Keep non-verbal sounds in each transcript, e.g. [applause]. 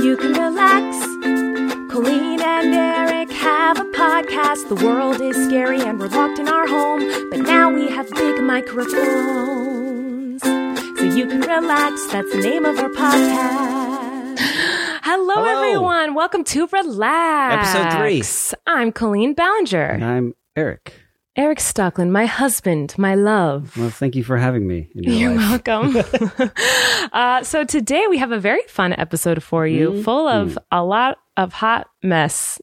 You can relax. Colleen and Eric have a podcast. The world is scary and we're locked in our home, but now we have big microphones. So you can relax. That's the name of our [gasps] podcast. Hello, Hello. everyone. Welcome to Relax. Episode three. I'm Colleen And Ballinger. I'm Eric. Eric Stockland, my husband, my love. Well, thank you for having me. In your You're life. welcome. [laughs] uh, so today we have a very fun episode for you, Mm-hmm. full Mm. of a lot of hot mess.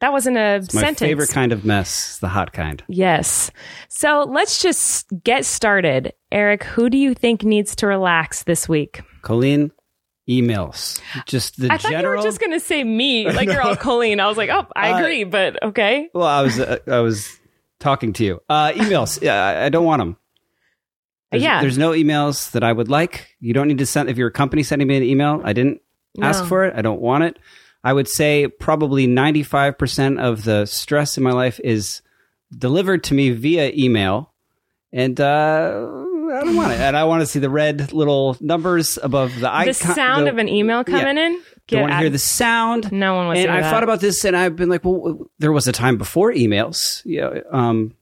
That wasn't a My sentence. favorite kind of mess, the hot kind. Yes. So let's just get started. Eric, who do you think needs to relax this week? Colleen, emails. Just the I thought you general. were just going to say me, [laughs] like you're all Colleen. I was like, oh, I Uh, agree, but okay. well, I was uh, I was talking to you. Uh, emails. yeah, I- I don't want them. There's, Yeah. There's no emails that I would like. You don't need to send. If your company sending me an email, I didn't ask No. for it. I don't want it. I would say probably 95% of the stress in my life is delivered to me via email. And uh, I don't want it. And I want to see the red little numbers above the icon. the sound of an email yeah. coming in. Don't want to out hear of- the sound. No one wants And to hear I that. thought about this, and I've been like, well, w- there was a time before emails. Yeah, um,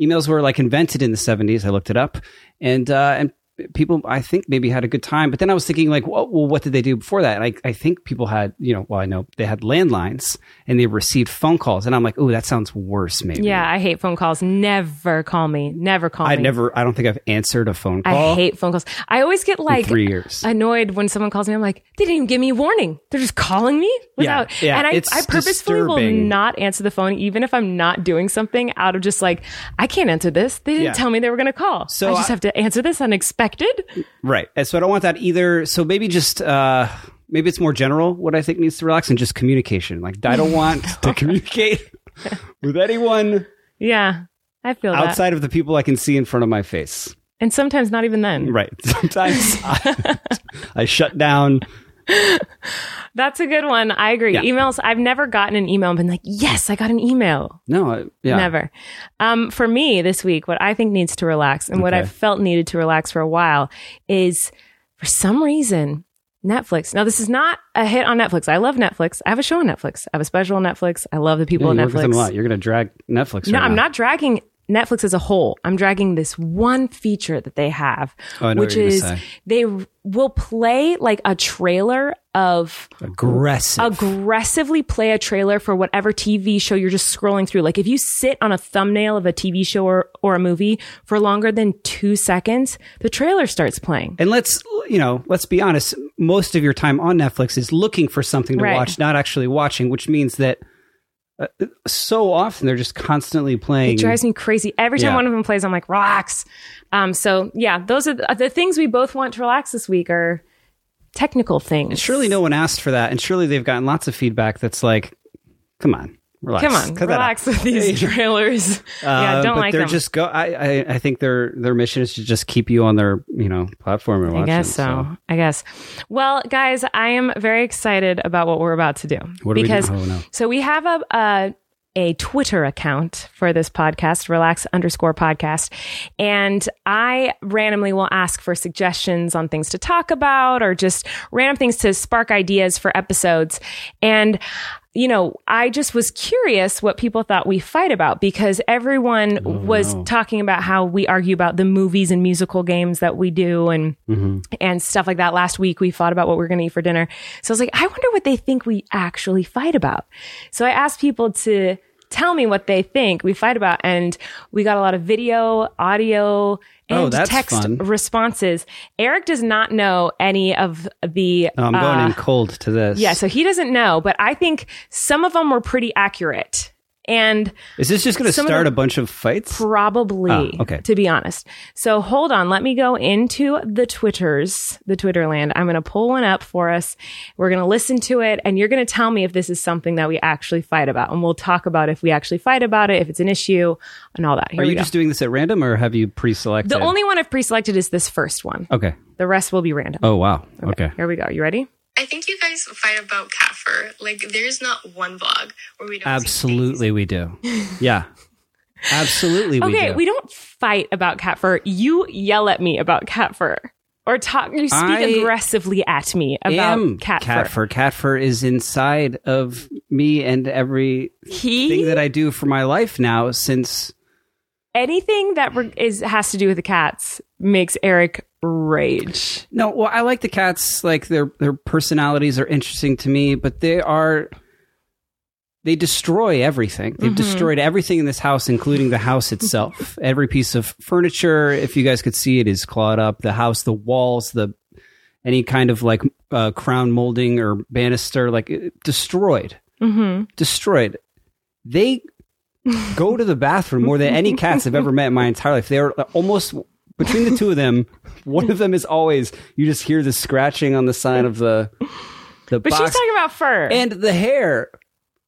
emails were like invented in the seventies. I looked it up, and uh, and people, I think, maybe had a good time. But then I was thinking, like, well, well what did they do before that? And I, I think people had, you know, well, I know they had landlines and they received phone calls, and I'm like, oh, that sounds worse, maybe. Yeah, I hate phone calls. Never call me. Never call I me. never, I don't think I've answered a phone call. I hate phone calls. I always get in like three years. annoyed when someone calls me. I'm like, they didn't even give me a warning. They're just calling me without. yeah, and I, it's I purposefully will disturbing. not answer the phone, even if I'm not doing something out of just like, I can't answer this. They didn't Yeah. tell me they were going to call. So So I just I- have to answer this unexpected. Right. And so I don't want that either. So maybe just uh maybe it's more general what I think needs to relax and just communication. Like I [laughs] don't want to communicate with anyone Yeah, I feel that. outside of the people I can see in front of my face. And sometimes not even then. Right. [laughs] Sometimes [laughs] I, I shut down. That's a good one. I agree. Yeah. Emails, I've never gotten an email and been like, yes, I got an email. No, I, yeah. Never. Um, for me this week, what I think needs to relax and what Okay. I've felt needed to relax for a while is for some reason, Netflix. Now, this is not a hit on Netflix. I love Netflix. I have a show on Netflix. I have a special on Netflix. I love the Yeah, people you on work with them a Netflix. lot. You're going to drag Netflix. No, right I'm now. not dragging Netflix as a whole. I'm dragging this one feature that they have, Oh, I know what which you're gonna is say. they will play like a trailer of aggressive. aggressively play a trailer for whatever TV show you're just scrolling through. Like if you sit on a thumbnail of a TV show or, or a movie for longer than two seconds, the trailer starts playing. and let's you know, let's be honest, most of your time on Netflix is looking for something to Right. watch, not actually watching, which means that uh, so often they're just constantly playing It drives me crazy. Every time Yeah. one of them plays, I'm like, relax. Um, so yeah, those are the, the things we both want to relax this week are technical things. Surely no one asked for that, and surely they've gotten lots of feedback that's like, "Come on, relax, Come on, Cut that out." relax with these trailers. [laughs] yeah, Uh, don't but like they're them. just go. I, I I think their their mission is to just keep you on their you know platform and watch. I guess it, so. I guess. Well, guys, I am very excited about what we're about to do What do we do? because Oh, no. so we have a, a a Twitter account for this podcast, relax underscore podcast, and I randomly will ask for suggestions on things to talk about or just random things to spark ideas for episodes and. You know, I just was curious what people thought we fight about because everyone was talking about how we argue about the movies and musical games that we do and and stuff like that. Last week, we fought about what we are going to eat for dinner. So I was like, I wonder what they think we actually fight about. So I asked people to tell me what they think we fight about, and we got a lot of video, audio, and Oh, that's text fun. responses. Eric does not know any of the. No, I'm going uh, in cold to this. yeah, so he doesn't know, but I think some of them were pretty accurate. And Is this just going to Some of start the- a bunch of fights? probably, Oh, okay. to be honest. So hold on. Let me go into the Twitters, the Twitter land. I'm going to pull one up for us. We're going to listen to it and you're going to tell me if this is something that we actually fight about. And we'll talk about if we actually fight about it, if it's an issue and all that. Here Are we you go. just doing this at random, or have you pre-selected? the only one I've pre-selected is this first one. Okay. The rest will be random. Oh wow. Okay. Here we go. You ready? I think you guys fight about Kafir. Like, there's not one blog where we don't. say Absolutely, we do. [laughs] Yeah. Absolutely, we okay, do. we don't fight about cat fur. You yell at me about cat fur, or talk. You speak I aggressively at me about cat, cat fur. fur. Cat fur is inside of me and everything He that I do for my life now. Since anything that re- is has to do with the cats makes Eric rage. no, well, I like the cats. Like their their personalities are interesting to me, but they are they destroy everything. Mm-hmm. They've destroyed everything in this house, including the house itself. [laughs] Every piece of furniture, if you guys could see it, is clawed up. The house, the walls, the any kind of like uh, crown molding or banister, like it- destroyed. Mm-hmm. destroyed. [laughs] They go to the bathroom more than any cats I've ever met in my entire life. They're almost between the two of them. [laughs] One of them is always you just hear the scratching on the side of the the But box she's talking about fur. and uh, the hair.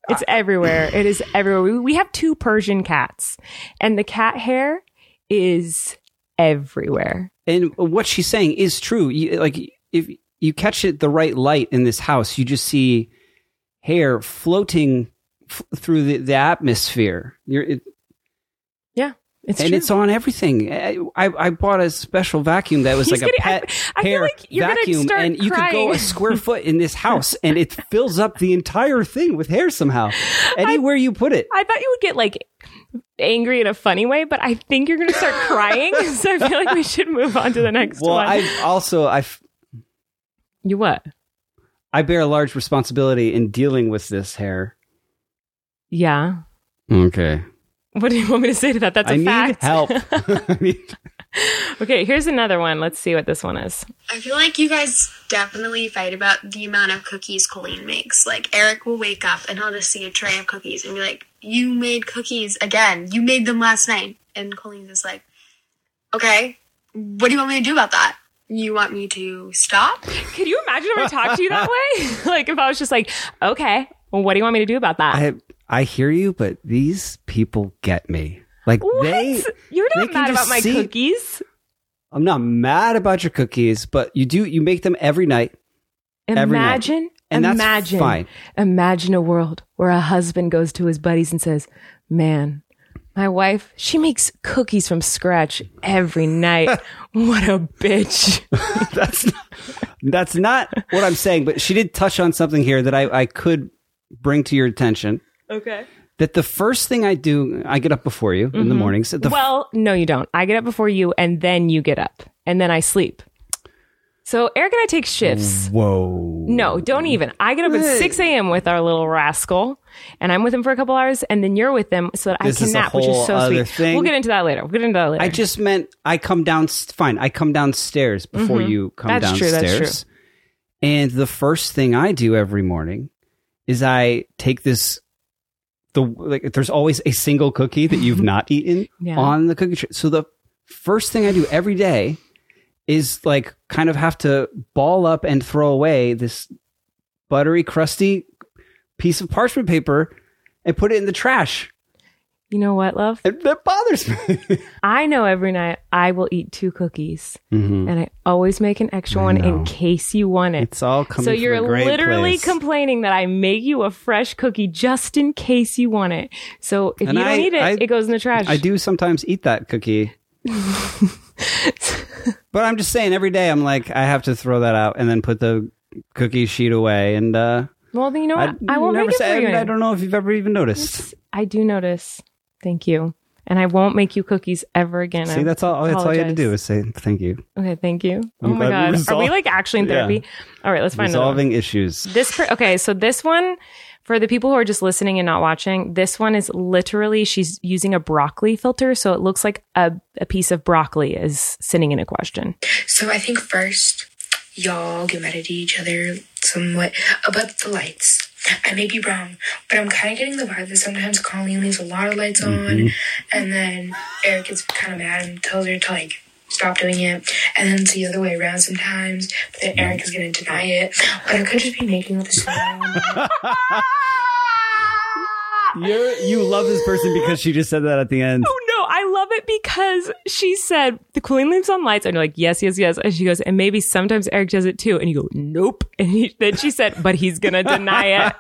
it's everywhere. It is everywhere. We, we have two Persian cats, and the cat hair is everywhere. And what she's saying is true. You, like if you catch it the right light in this house, you just see hair floating f- through the, the atmosphere. You're, it, It's and true. it's on everything. I, I I bought a special vacuum that was He's like a gonna- I- pet I feel hair like you're gonna vacuum, start and you could go crying. a square foot in this house, and it fills up the entire thing with [laughs] hair somehow. Anywhere you put it, I thought you would get like angry in a funny way, but I think you're going to start crying. [laughs] so I feel like we should move on to the next well, one. I also I f- you what? I bear a large responsibility in dealing with this hair. Yeah. Okay, What do you want me to say to that? That's a I need fact. [laughs] help. [laughs] I mean, okay, here's another one. Let's see what this one is. I feel like you guys definitely fight about the amount of cookies Colleen makes. Like Eric will wake up and he'll just see a tray of cookies and be like, "You made cookies again. You made them last night." And Colleen's just like, "Okay, what do you want me to do about that? You want me to stop?" Could you imagine if I talked to you that way? [laughs] like if I was just like, okay, well, what do you want me to do about that? I I hear you, but these people get me. Like what? they you're they not can mad just about my see- cookies. I'm not mad about your cookies, but you do you make them every night. [laughs] every night. Imagine, And that's imagine, fine. imagine a world where a husband goes to his buddies and says, "Man, my wife, she makes cookies from scratch every [laughs] night. what a bitch!" that's not, that's not what I'm saying. But she did touch on something here that I, I could bring to your attention. Okay. That the first thing I do, I get up before you in the Mm-hmm. mornings. The, Well, no, you don't. I get up before you, and then you get up, and then I sleep. So Eric and I take shifts. whoa, No, don't even. I get up at Hey. 6 a.m. with our little rascal, and I'm with him for a couple hours, and then you're with him so that This I can is a nap, which is whole so other sweet. thing. We'll get into that later. We'll get into that later. I just meant I come down. Fine, I come downstairs before you come Mm-hmm. That's true, downstairs. that's And the first thing I do every morning is I take this. The like, there's always a single cookie that [laughs] you've not eaten Yeah. on the cookie tray. So the first thing I do every day is like kind of have to ball up and throw away this buttery, crusty piece of parchment paper and put it in the trash. you know what, love? And that bothers me. I know every night I will eat two cookies, and I always make an extra one in case you want it. Hmm. It's all coming. so from you're a great literally place. complaining that I make you a fresh cookie just in case you want it. So if And you don't I- eat it, I- it goes in the trash. I do sometimes eat [laughs] that cookie. but I'm just saying every day I'm like I have to throw that out and then put the cookie sheet away and uh Well, then you know what? I, won't never make it say for you. I, I don't know if you've ever even noticed. I do notice. Thank you. And I won't make you cookies ever again. I See that's all that's all you had to apologize. do is say thank you. Okay, thank you. I'm oh my god, glad we are we resolved- like actually in Yeah. therapy? All right, let's find another one. Resolving issues. This per- okay, so this one for the people who are just listening and not watching, this one is literally she's using a broccoli filter, so it looks like a, a piece of broccoli is sitting in a question. So I think first, y'all get mad at each other somewhat about the lights. I may be wrong, but I'm kind of getting the vibe that sometimes Colleen leaves a lot of lights on, and then Eric gets kind of mad and tells her to like stop doing it, and then it's the other way around sometimes. But then Eric is gonna deny it, but I could just be making this up. You're, you love this person because she just said that at the end. Oh no, I love it because she said the queen leaves on lights, and you're like, yes, yes, yes. And she goes, and maybe sometimes Eric does it too, and you go, nope. [laughs] And he, then she said, but he's gonna deny it.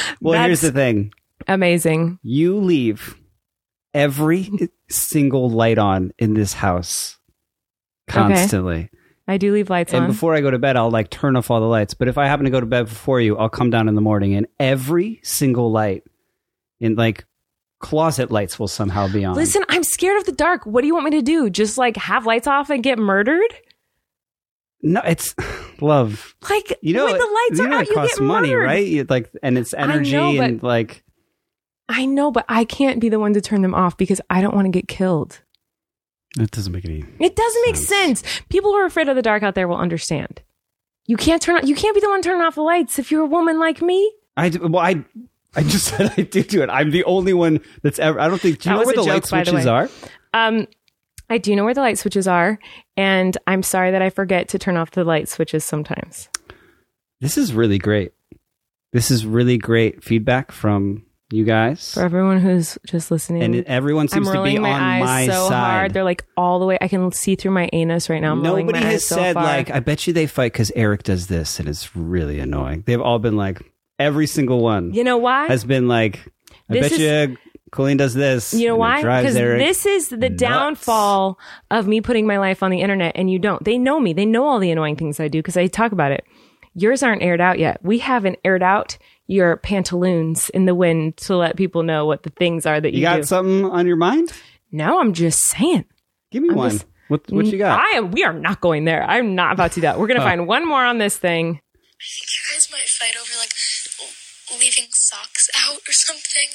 [laughs] well, here's the that's- thing. Amazing. You leave every single light on in this house constantly. I do leave lights And on. before I go to bed, I'll like turn off all the lights. But if I happen to go to bed before you, I'll come down in the morning and every single light in like closet lights will somehow be on. Listen, I'm scared of the dark. What do you want me to do? Just like have lights off and get murdered? No, it's [laughs] love. Like You know, when the lights you are know out, it you costs get money, murdered. right? You, like, and it's know, energy and like, I know, but I can't be the one to turn them off because I don't want to get killed. that doesn't make any. It doesn't make Sounds- sense. People who are afraid of the dark out there will understand. You can't turn. You can't be the one turning off the lights if you're a woman like me. I d- well, I I just [laughs] said I do do it. I'm the only one that's ever. I don't think. Do you That was know where a the joke, light by the switches way. are? Um, I do know where the light switches are, and I'm sorry that I forget to turn off the light switches sometimes. This is really great. This is really great feedback from you guys, For everyone who's just listening, and everyone I'm seems to be rolling on my eyes my so hard. side. They're like all the way. I can see through my anus right now. I'm rolling Nobody my has eyes so said far. like, I bet you they fight because Eric does this, and it's really annoying. They've all been like, every single one you know why? has been like, I This bet you Colleen does this. You know and why? it drives Because Eric this is the nuts. downfall of me putting my life on the internet, and you don't. They know me. They know all the annoying things I do because I talk about it. Yours aren't aired out yet. We haven't aired out your pantaloons in the wind to let people know what the things are that you, You got do. something on your mind? now I'm just saying. Give me I'm one. just- what what you got? I am. We are not going there. I'm not about to do that. We're gonna find one more on this thing. you guys might fight over like l- leaving socks [laughs] out or something.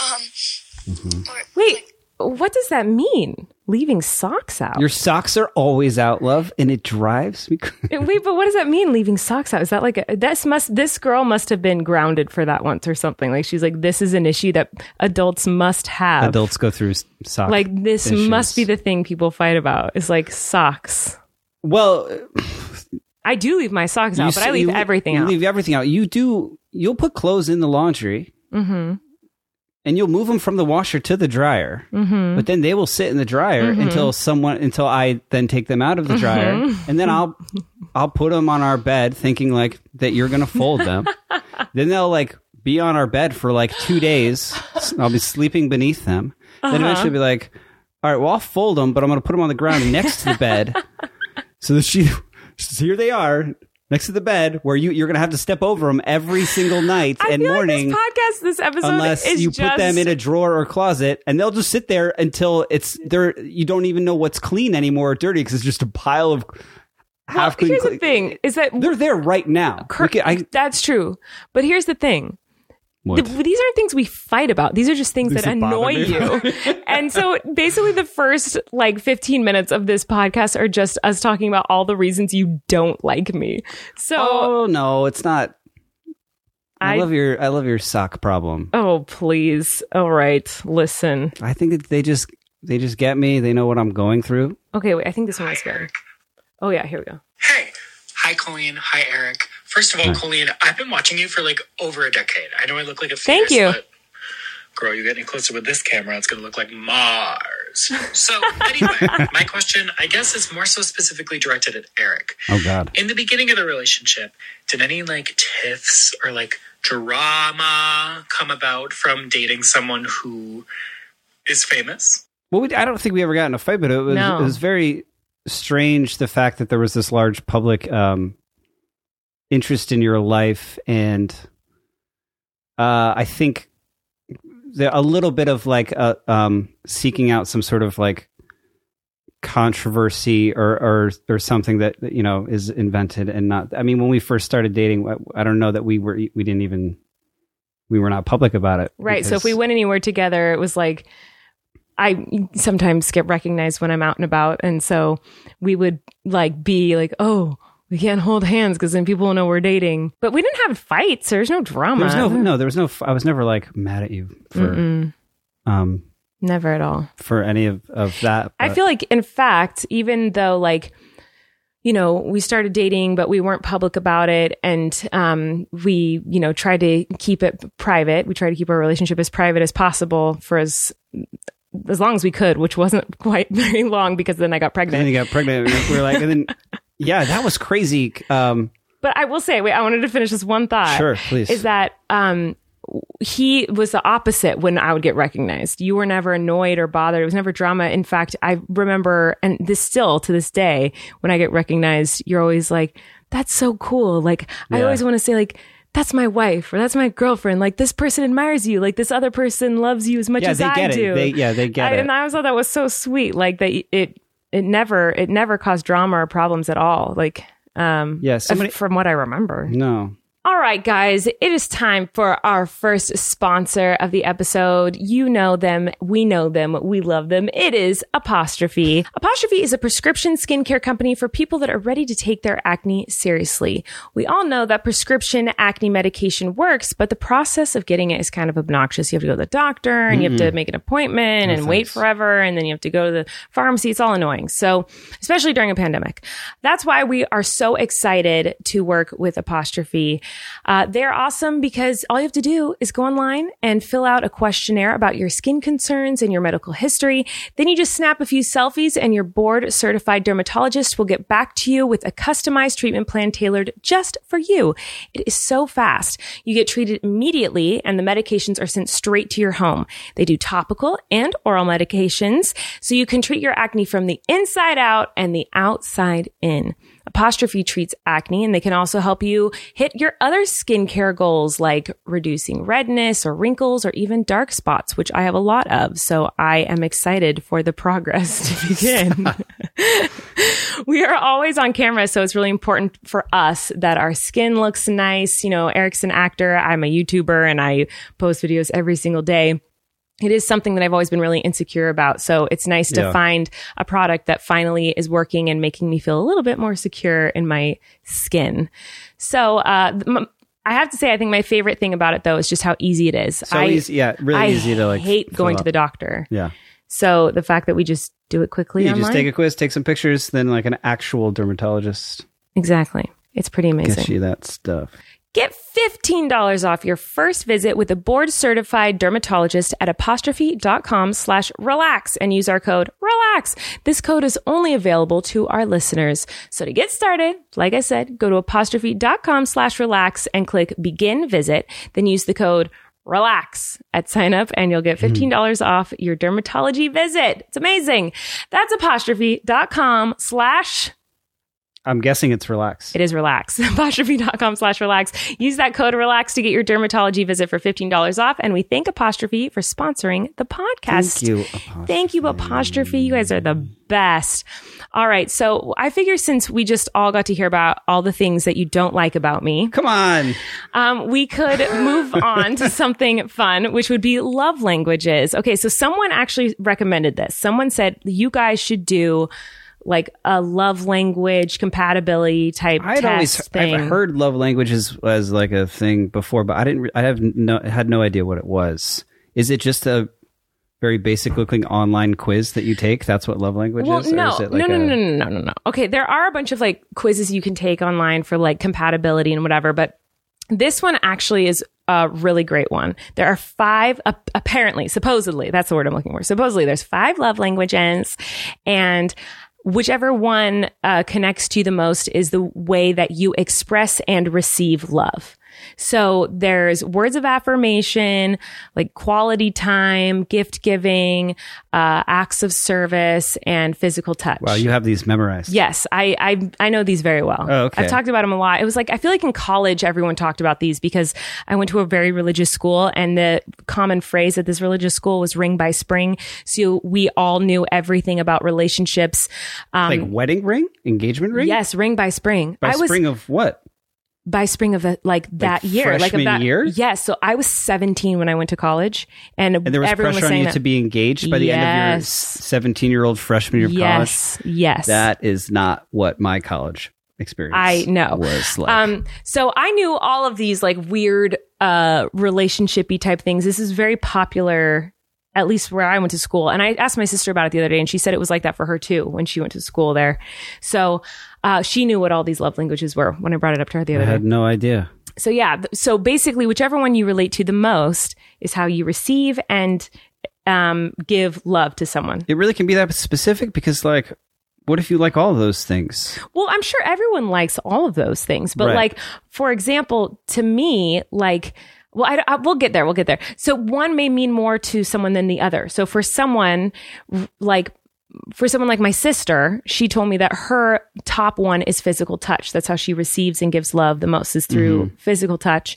Um, or, Wait, what does that mean? Leaving socks out? Your socks are always out, love, and it drives me. [laughs] cra- Wait, but what does that mean? Leaving socks out? Is that like a, this must this girl must have been grounded for that once or something? Like she's like, this is an issue that adults must have. Adults go through s- socks. Like this issues. must be the thing people fight about. Is like socks. well, I do leave my socks out, but I s- leave you- everything you out. Leave everything out. You do. You'll put clothes in the laundry, Mm-hmm. and you'll move them from the washer to the dryer. Mm-hmm. But then they will sit in the dryer Mm-hmm. until someone until I then take them out of the dryer, Mm-hmm. and then I'll I'll put them on our bed, thinking like that you're gonna [laughs] fold them. then they'll like be on our bed for like [laughs] two days. S- I'll be sleeping beneath them. Uh-huh. Then eventually be like, all right, well I'll fold them, but I'm gonna put them on the ground next to [laughs] the bed. So that she, so here they are next to the bed where you you're gonna have to step over them every single night I and feel morning. like this podcast, this episode, Unless is you just, put them in a drawer or closet, and they'll just sit there until it's there. You don't even know what's clean anymore or dirty because it's just a pile of half clean. Here's the thing: is that They're there right now. cur- Okay, I, that's true, but here's the thing: what? The, these aren't things we fight about. These are just things Things that that bother annoy me. you. [laughs] and so basically the first like 15 minutes of this podcast are just us talking about all the reasons you don't like me. So oh no, it's not. I, I, love your I love your sock problem. Oh, please. All right. Listen. I think that they just they just get me. They know what I'm going through. Okay, wait. I think this one was good. Oh yeah, here we go. Hey. Hi, Colleen. Hi, Eric. First of all, Colleen, I've been watching you for like over a decade. I know I look like a Thank fierce, you. But girl, you get any closer with this camera, it's going to look like Mars. So, anyway, [laughs] my question, I guess, is more so specifically directed at Eric. Oh God. In the beginning of the relationship, did any like tiffs or like drama come about from dating someone who is famous? Well, we, I don't think we ever got in a fight, but it was, No. it was very strange the fact that there was this large public um, interest in your life, and uh, I think there a little bit of like uh, um, seeking out some sort of like controversy or or or something that you know is invented and not. I mean, when we first started dating, I, I don't know that we were we didn't even we were not public about it. Right. So if we because- went anywhere together, it was like I sometimes get recognized when I'm out and about, and so we would like be like, "Oh, we can't hold hands because then people will know we're dating. But we didn't have fights. There's no drama. There was no, no, there was no. f- I was never like mad at you for, Mm-mm. um, never at all. for any of of that. I but- feel like, in fact, even though like, you know, we started dating, but we weren't public about it, and um, we, you know, tried to keep it private. We tried to keep our relationship as private as possible for as as long as we could, which wasn't [laughs] quite very long because then I got And then pregnant. you got pregnant. And we were like, [laughs] and then yeah, that was crazy. Um, But I will say, wait, I wanted to finish this one thought. sure, please. Is that um, he was the opposite when I would get recognized. You were never annoyed or bothered. It was never drama. In fact, I remember, and this still to this day, when I get recognized, you're always like, that's so cool. Like, I Yeah. always want to say, like, that's my wife or that's my girlfriend. Like, this person admires you. Like, this other person loves you as much yeah, as they I get it. do. They, yeah, they get I, it. And I always thought that was so sweet. Like, that it, it never, it never caused drama or problems at all. Like, um, Yeah, somebody- from what I remember. no, All right, guys, it is time for our first sponsor of the episode. You know them. We know them. We love them. It is Apostrophe. Apostrophe is a prescription skincare company for people that are ready to take their acne seriously. We all know that prescription acne medication works, but the process of getting it is kind of obnoxious. You have to go to the doctor and you have to make an appointment and wait forever. And then you have to go to the pharmacy. It's all annoying. So, especially during a pandemic. That's why we are so excited to work with Apostrophe. Uh, they're awesome because all you have to do is go online and fill out a questionnaire about your skin concerns and your medical history. Then you just snap a few selfies and your board certified dermatologist will get back to you with a customized treatment plan tailored just for you. It is so fast. You get treated immediately and the medications are sent straight to your home. They do topical and oral medications so you can treat your acne from the inside out and the outside in. Apostrophe treats acne and they can also help you hit your other skincare goals like reducing redness or wrinkles or even dark spots, which I have a lot of. So I am excited for the progress to begin. we are always on camera, so it's really important for us that our skin looks nice. You know, Eric's an actor, I'm a YouTuber, and I post videos every single day. It is something that I've always been really insecure about. So it's nice to Yeah. find a product that finally is working and making me feel a little bit more secure in my skin. So, uh, th- m- I have to say, I think my favorite thing about it though is just how easy it is. so I, easy. Yeah, really I easy to like. hate fill going to out. the doctor. Yeah, So the fact that we just do it quickly you online. just take a quiz, take some pictures, then like an actual dermatologist exactly. It's pretty amazing. gets you that stuff. Get $15 off your first visit with a board certified dermatologist at apostrophe.com slash relax and use our code relax. This code is only available to our listeners. So to get started, like I said, go to apostrophe.com slash relax and click begin visit. Then use the code relax at sign up and you'll get $15 off your dermatology visit. It's amazing. That's apostrophe.com slash I'm guessing it's relaxed. it is relax. [laughs] Apostrophe.com slash relax. Use that code relax to get your dermatology visit for $15 off. And we thank Apostrophe for sponsoring the podcast. Thank you. Apostrophe. Thank you, Apostrophe. You guys are the best. All right. So I figure since we just all got to hear about all the things that you don't like about me, Come on. um, we [laughs] could move on to something fun, which would be love languages. Okay. So someone actually recommended this. Someone said you guys should do like a love language compatibility type I'd test always thing. I've heard love languages as like a thing before, but I didn't. re- I have no had no idea what it was. Is it just a very basic looking online quiz that you take? That's what love language Well, is. no, is no, no, no, no, no, no, no. Okay, there are a bunch of like quizzes you can take online for like compatibility and whatever, but this one actually is a really great one. There are five, ap- apparently, supposedly, that's the word I'm looking for. Supposedly, there's five love languages, and whichever one uh, connects to you the most is the way that you express and receive love. So there's words of affirmation, like quality time, gift giving, uh, acts of service, and physical touch. Wow, you have these memorized. Yes, I, I I know these very well. Oh, okay. I've talked about them a lot. It was like I feel like in college everyone talked about these because I went to a very religious school and the common phrase at this religious school was "ring by spring." So we all knew everything about relationships. Um, like wedding ring, engagement ring. yes, ring by spring. By I was spring of what? by spring of the, like that year, like of freshman that year? Yes, so I was seventeen when I went to college, and, And there was everyone pressure was on saying you that. to be engaged by the end of your Yes. seventeen-year-old freshman year of yes, yes, college. That is not what my college experience. I know. was like Um, so I knew all of these like weird uh relationshipy type things. This is very popular, at least where I went to school. And I asked my sister about it the other day, and she said it was like that for her too when she went to school there. So uh, she knew what all these love languages were when I brought it up to her the I other had day. no idea. So yeah, th- so basically, whichever one you relate to the most is how you receive and um, give love to someone. It really can be that specific because like what if you like all of those things? Well, I'm sure everyone likes all of those things, but Right. like, for example, to me, like, well, I, I- we'll get there. We'll get there. So one may mean more to someone than the other. So for someone r- like, for someone like my sister, she told me that her top one is physical touch. That's how she receives and gives love the most is through physical touch.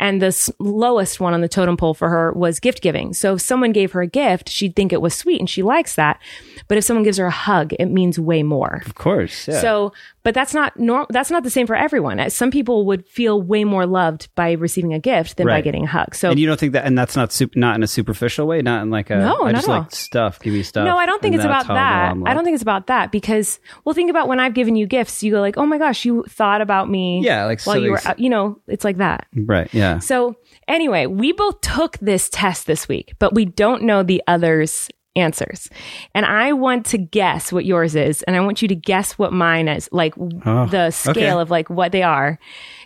And the s- lowest one on the totem pole for her was gift giving. So if someone gave her a gift, she'd think it was sweet and she likes that. But if someone gives her a hug, it means way more. Of course. Yeah. So, but that's not normal. That's not the same for everyone. Uh, Some people would feel way more loved by receiving a gift than by Right. getting a hug. So, and you don't think that, and that's not sup- not in a superficial way, not in like a No, I not just at like all. stuff, give me stuff. no, I don't think and it's about that's how that. I'm I don't loved. think it's about that because, well, think about when I've given you gifts, you go like, oh my gosh, you thought about me. Yeah, like while you silly were, s- out you know, it's like that. right. Yeah, So, anyway, we both took this test this week, but we don't know the others' answers. And I want to guess what yours is, and I want you to guess what mine is, like w- Oh, the scale okay. Mm, of like what they are.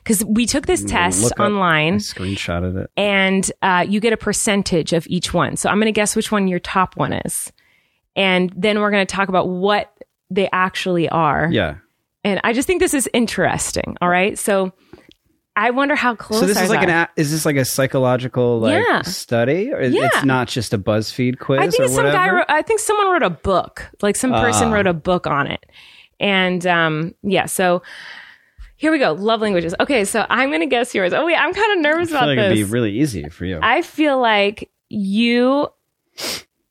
Because we took this test Look up- I online, screenshotted it. and uh, you get a percentage of each one. So I'm going to guess which one your top one is, and then we're going to talk about what they actually are. Yeah. And I just think this is interesting. All right, so. I wonder how close. So this ours is like are. an a- is this like a psychological like Yeah. study or is- Yeah. it's not just a BuzzFeed quiz I think or it's some guy. whatever? Wrote, I think someone wrote a book. Like some person Ah. wrote a book on it, and um, yeah. So here we go. Love languages. Okay, so I'm gonna guess yours. Oh wait, I'm kind of nervous I feel about like it'd be this. really easy for you. I feel like you.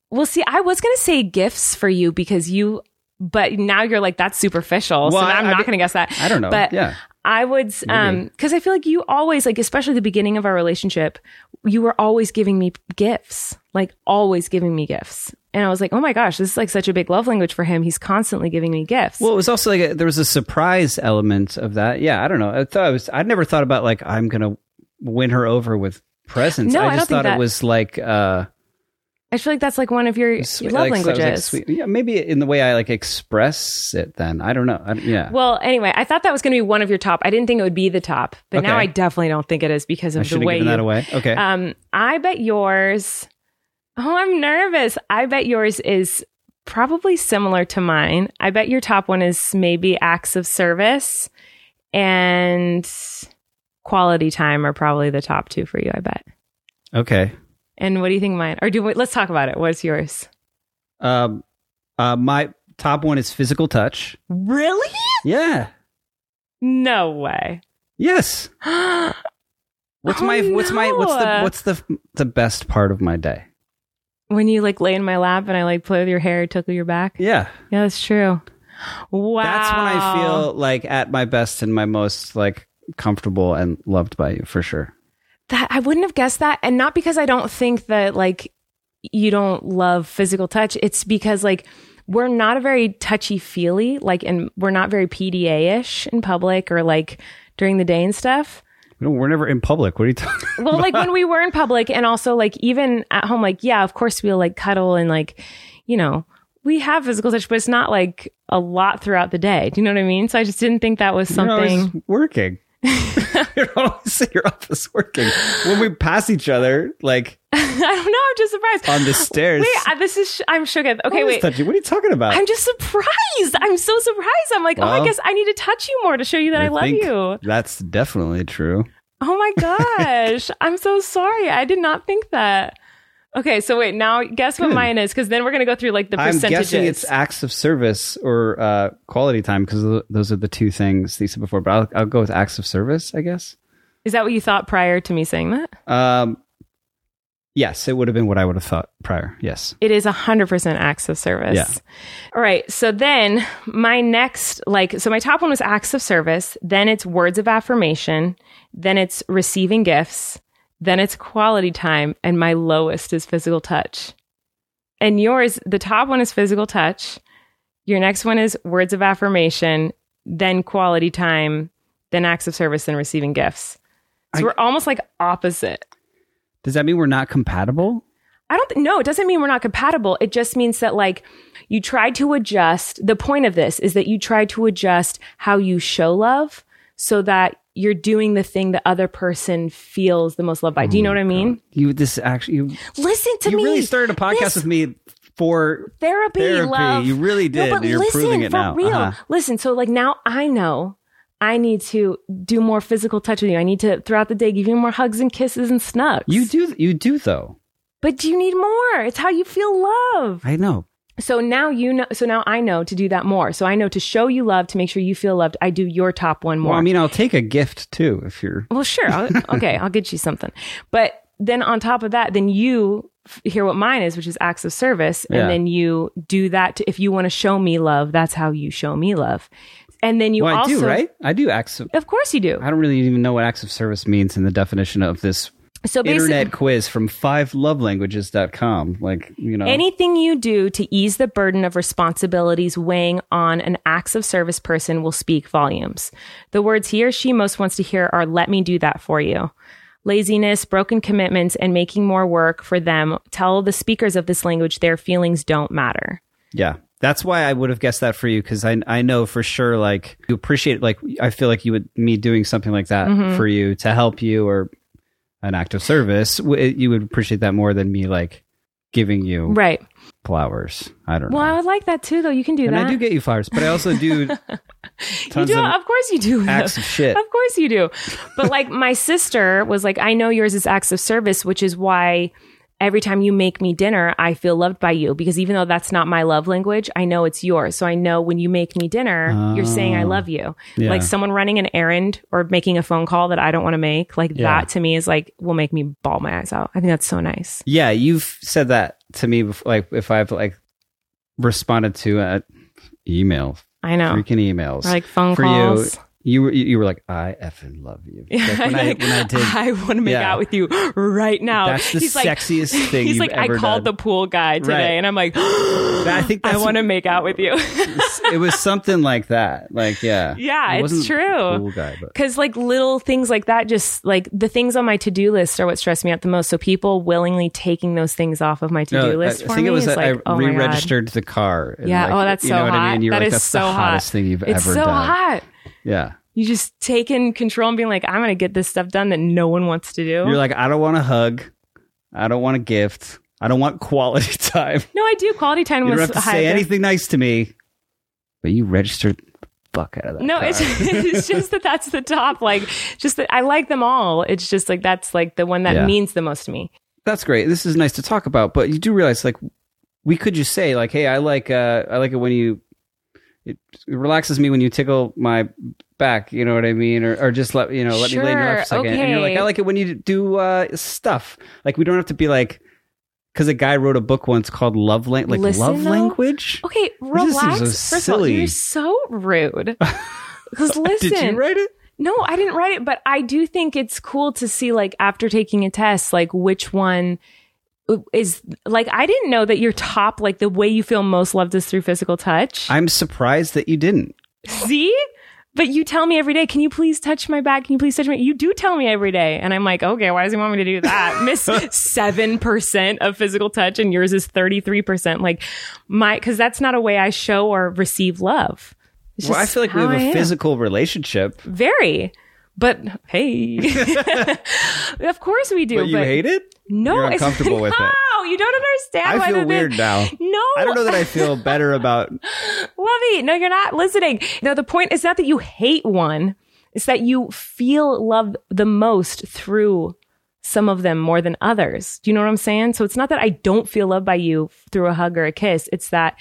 Well, see, I was gonna say gifts for you because you, but now you're like that's superficial. so Well, now I- I'm I not mean- gonna guess that. I don't know. But yeah. I would, s- um, because I feel like you always, like, especially the beginning of our relationship, you were always giving me gifts, like, always giving me gifts. And I was like, oh my gosh, this is like such a big love language for him. He's constantly giving me gifts. Well, it was also like a, there was a surprise element of that. Yeah, I don't know. I thought I was. I'd never thought about like I'm gonna win her over with presents. No, I I just don't think thought that- it was like uh, I feel like that's like one of your swe- love like, so it was, like, languages. sweet- Yeah, maybe in the way I like express it. Then I don't know. I, don't- yeah, Well, anyway, I thought that was going to be one of your top. I didn't think it would be the top, but now Okay. I definitely don't think it is because I of the should have way given you that away. Okay, Um, I bet yours. Oh, I'm nervous. I bet yours is probably similar to mine. I bet your top one is maybe acts of service and quality time are probably the top two for you. I bet. okay. And what do you think mine? Or do we, let's talk about it. What's yours? Um, uh, my top one is physical touch. Really? Yeah. No way. Yes. [gasps] What's Oh, my what's my what's the no. what's the the best part of my day? when you like lay in my lap and I like play with your hair, tickle your back. Yeah. Yeah, that's true. Wow. That's when I feel like at my best and my most like comfortable and loved by you for sure. that I wouldn't have guessed that and not because I don't think that like you don't love physical touch it's because like we're not a very touchy feely like and we're not very PDA ish in public or like during the day and stuff We don't, we're never in public. What are you talking? well like when we were in public and also like even at home like yeah of course we'll like cuddle and like you know we have physical touch but it's not like a lot throughout the day do you know what I mean so I just didn't think that was something [laughs] You're always working. [laughs] you're always in your office working. When we pass each other, like I don't know I'm just surprised on the stairs. wait I, this is sh- I'm shook at okay always wait touching. What are you talking about? I'm just surprised. I'm so surprised. I'm like, oh, I Well, guess I need to touch you more to show you that I, love think you. That's definitely true. Oh my gosh. [laughs] I'm so sorry. I did not think that. Okay, so wait, now guess what Good. mine is? Because then we're going to go through like the Hmm. I'm percentages. guessing it's acts of service or uh, quality time because those are the two things they said before. But I'll, I'll go with acts of service, I guess. is that what you thought prior to me saying that? Um, yes, it would have been what I would have thought prior. Yes. It is 100% acts of service. Yeah. All right. So then my next, like, so my top one was acts of service. Then it's words of affirmation. Then it's receiving gifts. Then it's quality time. And my lowest is physical touch. And yours, the top one is physical touch. Your next one is words of affirmation. then quality time, then acts of service, then receiving gifts. So I- we're almost like opposite. Does that mean we're not compatible? I don't th- no, it doesn't mean we're not compatible. It just means that like you try to adjust. The point of this is that you try to adjust how you show love so that you're doing the thing the other person feels the most loved by. Do you know what I mean? You this actually you, Listen to Oh you me. really started a podcast This with me for therapy, therapy. love. You really did. No, but You're listen, proving it for now. real. Uh-huh. Listen, so like now I know I need to do more physical touch with you. I need to throughout the day give you more hugs and kisses and snugs. you do you do though. but you need more. It's how you feel love. I know. So now you know. So now I know to do that more. So I know to show you love to make sure you feel loved. I do your top one more. Well, I mean, I'll take a gift too if you're Well, sure. I'll, okay, I'll get you something. But then on top of that, then you f- hear what mine is, which is acts of service, and Yeah. then you do that. To, if you want to show me love, that's how you show me love. And then you well, also, I do, right? I do acts of Of course you do. I don't really even know what acts of service means in the definition of this So basically, internet quiz from fivelovelanguages.com. Like, you know, anything you do to ease the burden of responsibilities weighing on an acts of service person will speak volumes. The words he or she most wants to hear are "Let me do that for you." Laziness, broken commitments, and making more work for them tell the speakers of this language their feelings don't matter. yeah. That's why I would have guessed that for you because I I know for sure like you appreciate like I feel like you would me doing something like that Mm-hmm. for you to help you or an act of service w- you would appreciate that more than me like giving you Right. flowers. I don't Well, I know. would like that too, though. You can do and that. I do get you flowers, but I also [laughs] do you tons do, of of course, you do. acts of shit. Of course you do. But like my sister was like, I know yours is acts of service, which is why every time you make me dinner, I feel loved by you because even though that's not my love language, I know it's yours. So I know when you make me dinner, you're saying I Oh. love you. Yeah. Like someone running an errand or making a phone call that I don't want to make, like Yeah. that to me is like will make me ball my eyes out. I think that's so nice. Yeah, you've said that to me before. Like if I've like responded to an email, I know. freaking emails Or like phone for calls. you, you were you were like, I effing love [laughs] you. Like, when, I, when I did, want to make Yeah. out with you right now. that's the he's like, [laughs] sexiest thing he's you've like, I ever called done. the pool guy today, Right. and I'm like, [gasps] I think I that's- want to make out with you. [laughs] it was something like that. Like yeah, Yeah, It it's wasn't true. a Cool guy, but Because like little things like that, just like the things on my to do list are what stress me out the most. So people willingly taking those things off of my to do No, I- list I for think me it was is that like, I oh my god. re-registered the car. and, Yeah. like, oh, that's you so know what hot. I mean? You're That like, is that's so the hottest hot. thing you've it's ever so done. hot. Yeah, You just taking control and being like, I'm gonna get this stuff done that no one wants to do. you're like, I don't want a hug, I don't want a gift, I don't want quality [laughs] time. no, I do. Quality time You was don't have to high say again. anything nice to me. But you registered the fuck out of that. No, it's [laughs] it's just that that's the top. Like, just that I like them all. It's just like that's like the one that Yeah. means the most to me. that's great. This is nice to talk about, but you do realize like we could just say like, hey, I like uh I like it when you it relaxes me when you tickle my back, you know what I mean? Or or just let you know, let me lay down for a Sure, second. And you're like, okay. I like it when you do uh stuff. Like we don't have to be like because a guy wrote a book once called Love Lang- like Listen, Love though? Language. Okay, This is relax. so First of all, silly. you're so [laughs] rude. Because listen, Did you write it? no, I didn't write it, but I do think it's cool to see, like, after taking a test, like which one is like I didn't know that your top, like the way you feel most loved is through physical touch. I'm surprised that you didn't. See. But you tell me every day, can you please touch my back? Can you please touch me? You do tell me every day. And I'm like, okay, why does he want me to do [laughs] that? Miss 7% of physical touch and yours is 33%. Like my, cause that's not a way I show or receive love. It's Well, I just feel like we how have I a am. physical relationship. Very. But [laughs] hey, [laughs] of course we do. But you hate it? No, You're it's- uncomforthan with it. No, you don't understand. I why feel the- weird now. [laughs] No, I don't know that [laughs] I feel better about. Lovey, no, you're not listening. No, the point is not that you hate one, it's that you feel love the most through some of them more than others. Do you know what I'm saying? So it's not that I don't feel loved by you through a hug or a kiss, it's that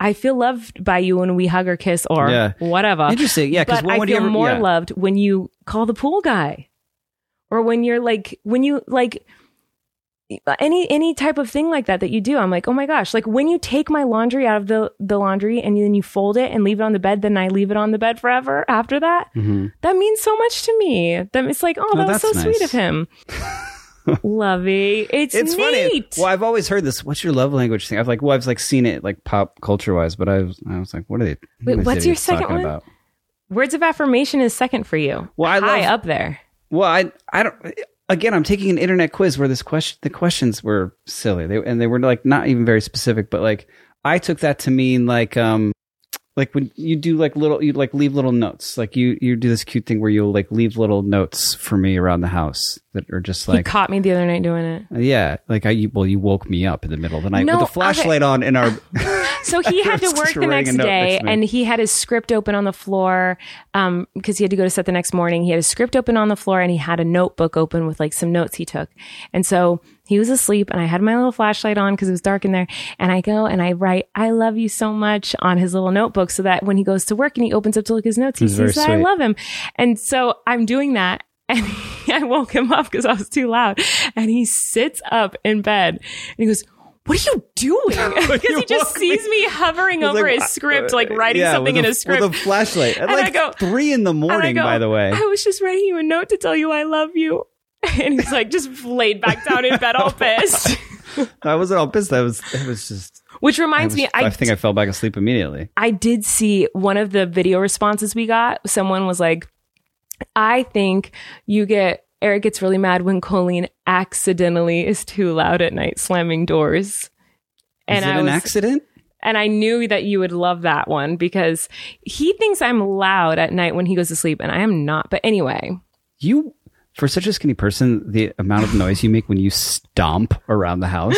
I feel loved by you when we hug or kiss or Yeah. whatever. Interesting, yeah, 'cause Uh, But when I would feel you ever- more yeah. loved when you call the pool guy, or when you're like when you like any any type of thing like that that you do i'm like oh my gosh like when you take my laundry out of the the laundry and then you fold it and leave it on the bed then i leave it on the bed forever after that that means so much to me that it's like oh Oh, that was so Mm-hmm. that's sweet nice. of [laughs] him lovey it's, It's funny. neat. Well, I've always heard this. What's your love language thing? I've like, well, I've like seen it like pop culture wise, but I was, I was like, what are they? what are Wait, these what's your idiots second talking one? About? Words of affirmation is second for you. Well, I High love- up there. Well, I I don't. Again, I'm taking an internet quiz where this question the questions were silly. They and they were like not even very specific, but like I took that to mean like um like when you do like little you like leave little notes. Like you you do this cute thing where you'll like leave little notes for me around the house that are just he like caught me the other night doing it. yeah, like I you- well you woke me up in the middle of the night No, with okay. the flashlight on in our So [laughs] he had to Just work the writing a next note day next to me. and he had his script open on the floor um, because he had to go to set the next morning. He had his script open on the floor and he had a notebook open with like some notes he took. And so he was asleep and I had my little flashlight on because it was dark in there. And I go and I write, I love you so much on his little notebook so that when he goes to work and he opens up to look at his notes, he It's very sees that I sweet. love him. And so I'm doing that. [laughs] And I woke him up because I was too loud. And he sits up in bed and he goes, What are you doing? [laughs] Because he You just woke sees me hovering I was over like, uh, his script, like [laughs] writing yeah, something with in a- his script. with a flashlight And at I like go- three in the And I morning. go, by the way, I was just writing you a note to tell you I love you. [laughs] And he's like, just laid back down in bed, [laughs] all pissed. I wasn't all pissed. I was it was just Which reminds was- me, I, I think I fell back asleep immediately. I did see one of the video responses we got. Someone was like, I think you get Eric gets really mad when Colleen accidentally is too loud at night slamming doors. And Is it I an was, accident? and I knew that you would love that one because he thinks I'm loud at night when he goes to sleep, and I am not. But anyway, You, for such a skinny person, the amount of noise you make when you stomp around [laughs] the house.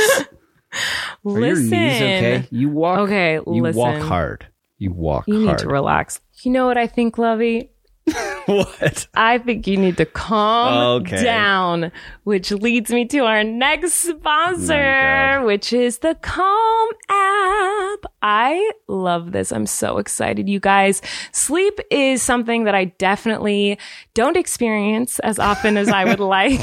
Are your listen. knees okay? You walk. Okay, You walk listen. hard. You walk You need hard. to relax. You know what I think, Lovey? [laughs] what? I think you need to calm Okay. down, which leads me to our next sponsor, Oh My which is the Calm app. I love this. I'm so excited, you guys. Sleep is something that I definitely don't experience as often as I [laughs] would like.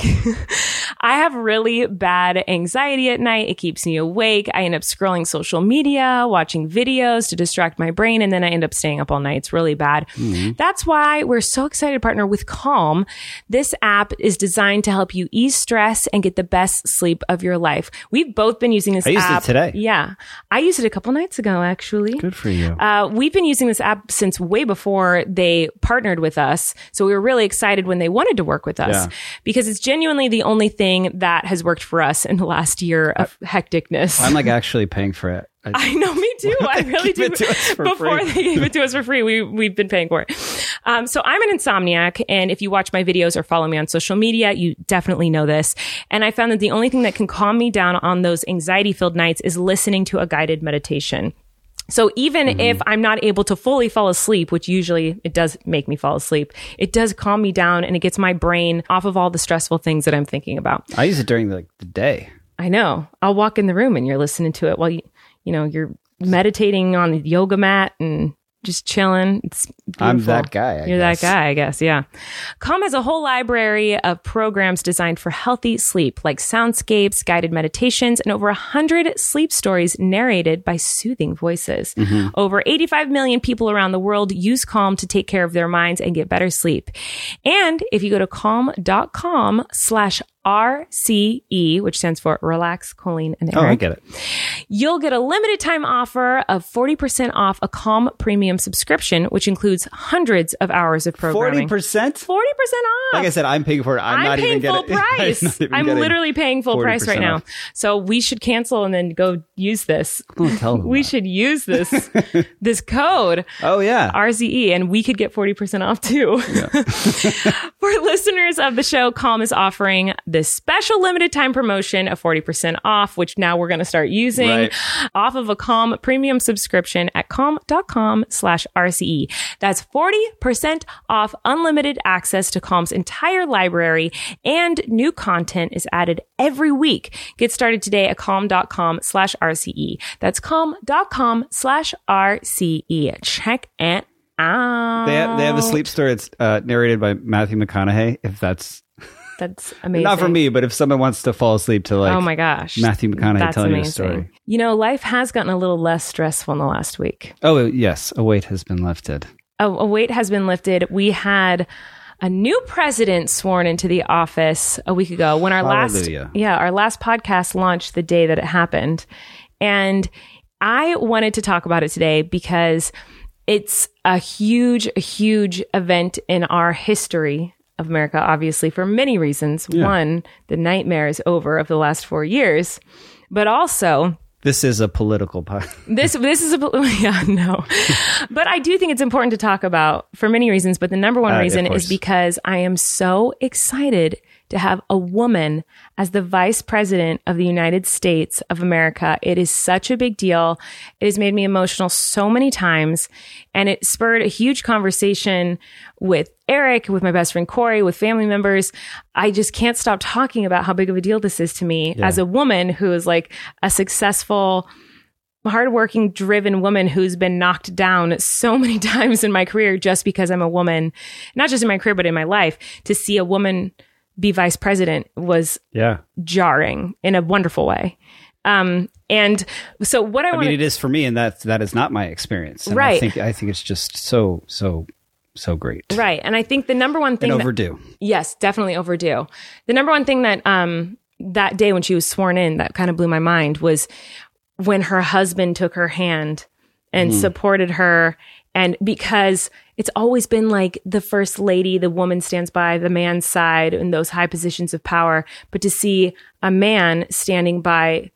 I have really bad anxiety at night. It keeps me awake. I end up scrolling social media, watching videos to distract my brain, and then I end up staying up all night. It's really bad. Mm-hmm. That's why we're so excited to partner with Calm. This app is designed to help you ease stress and get the best sleep of your life. We've both been using this I used it app today. Yeah. I used it a couple nights ago actually. Good for you. Uh, we've been using this app since way before they partnered with us. So we were really excited when they wanted to work with us Yeah. because it's genuinely the only thing that has worked for us in the last year of hecticness. I'm like actually paying for it. I, [laughs] I know, me too. I really do. give it to us for Before free. they gave it to us for free, we we've been paying for it. Um, so I'm an insomniac, and if you watch my videos or follow me on social media, you definitely know this. And I found that the only thing that can calm me down on those anxiety-filled nights is listening to a guided meditation. So even Mm-hmm. if I'm not able to fully fall asleep, which usually it does make me fall asleep, it does calm me down and it gets my brain off of all the stressful things that I'm thinking about. I use it during like the day. I know. I'll walk in the room and you're listening to it while you, you know, you're meditating on the yoga mat and just chilling. It's beautiful. I'm that guy, I You're guess. that guy, I guess. Yeah. Calm has a whole library of programs designed for healthy sleep, like soundscapes, guided meditations, and over 100 sleep stories narrated by soothing voices. Mm-hmm. Over 85 million people around the world use Calm to take care of their minds and get better sleep. And if you go to calm.com slash RCE, which stands for Relax, Choline, and Oh, Eric, I get it. you'll get a limited time offer of 40% off a Calm Premium subscription, which includes hundreds of hours of Forty programming. 40% percent. off. Like I said, I'm paying for it. [laughs] I'm, I'm not paying even full getting price. I'm, not even I'm getting- literally paying full price right 40% now. off. So we should cancel and then go use this. Don't tell them We that. should use [laughs] this this code. Oh yeah. RZE, and we could get 40% off too. For [laughs] listeners of the show, Calm is offering this special limited time promotion of 40% off, which now we're going to start using Right. off of a Calm premium subscription at calm.com slash RCE. That's 40% off unlimited access to Calm's entire library and new content is added every week. Get started today at calm.com slash RCE. That's calm.com slash RCE. Check it out. They have, they have a sleep story that's uh, narrated by Matthew McConaughey. If that's That's amazing. not for me, but if someone wants to fall asleep to like oh my gosh. Matthew McConaughey That's telling you a amazing. story. You know, life has gotten a little less stressful in the last week. Oh yes, a weight has been lifted. a, a weight has been lifted. We had a new president sworn into the office a week ago when our Hallelujah. last yeah, our last podcast launched the day that it happened. And I wanted to talk about it today because it's a huge, huge event in our history of America, obviously, for many reasons. Yeah. One, the nightmare is over of the last four years, but also This is a political [laughs] pod. this this is a [laughs] yeah no but i do think it's important to talk about for many reasons but the number one Uh, of reason course. is because i am so excited to have a woman as the vice president of the united states of america it is such a big deal it has made me emotional so many times and it spurred a huge conversation with eric with my best friend corey with family members i just can't stop talking about how big of a deal this is to me as a woman who is like a successful hardworking, driven woman who's been knocked down so [laughs] many times in my career just because I'm a woman, not just in my career, but in my life. To see a woman be vice president was yeah. jarring in a wonderful way. Um, and so what I, I want mean, to it is for me, and that that is not my experience. And I Right. think I think it's just so so so great Right. And I think the number one thing and that- overdue. Yes, definitely overdue. The number one thing that um that day when she was sworn in that kind of blew my mind was when her husband took her hand and supported her and because it's always been like the first lady, the woman stands by the man's side in those high positions of power, but to see a man standing by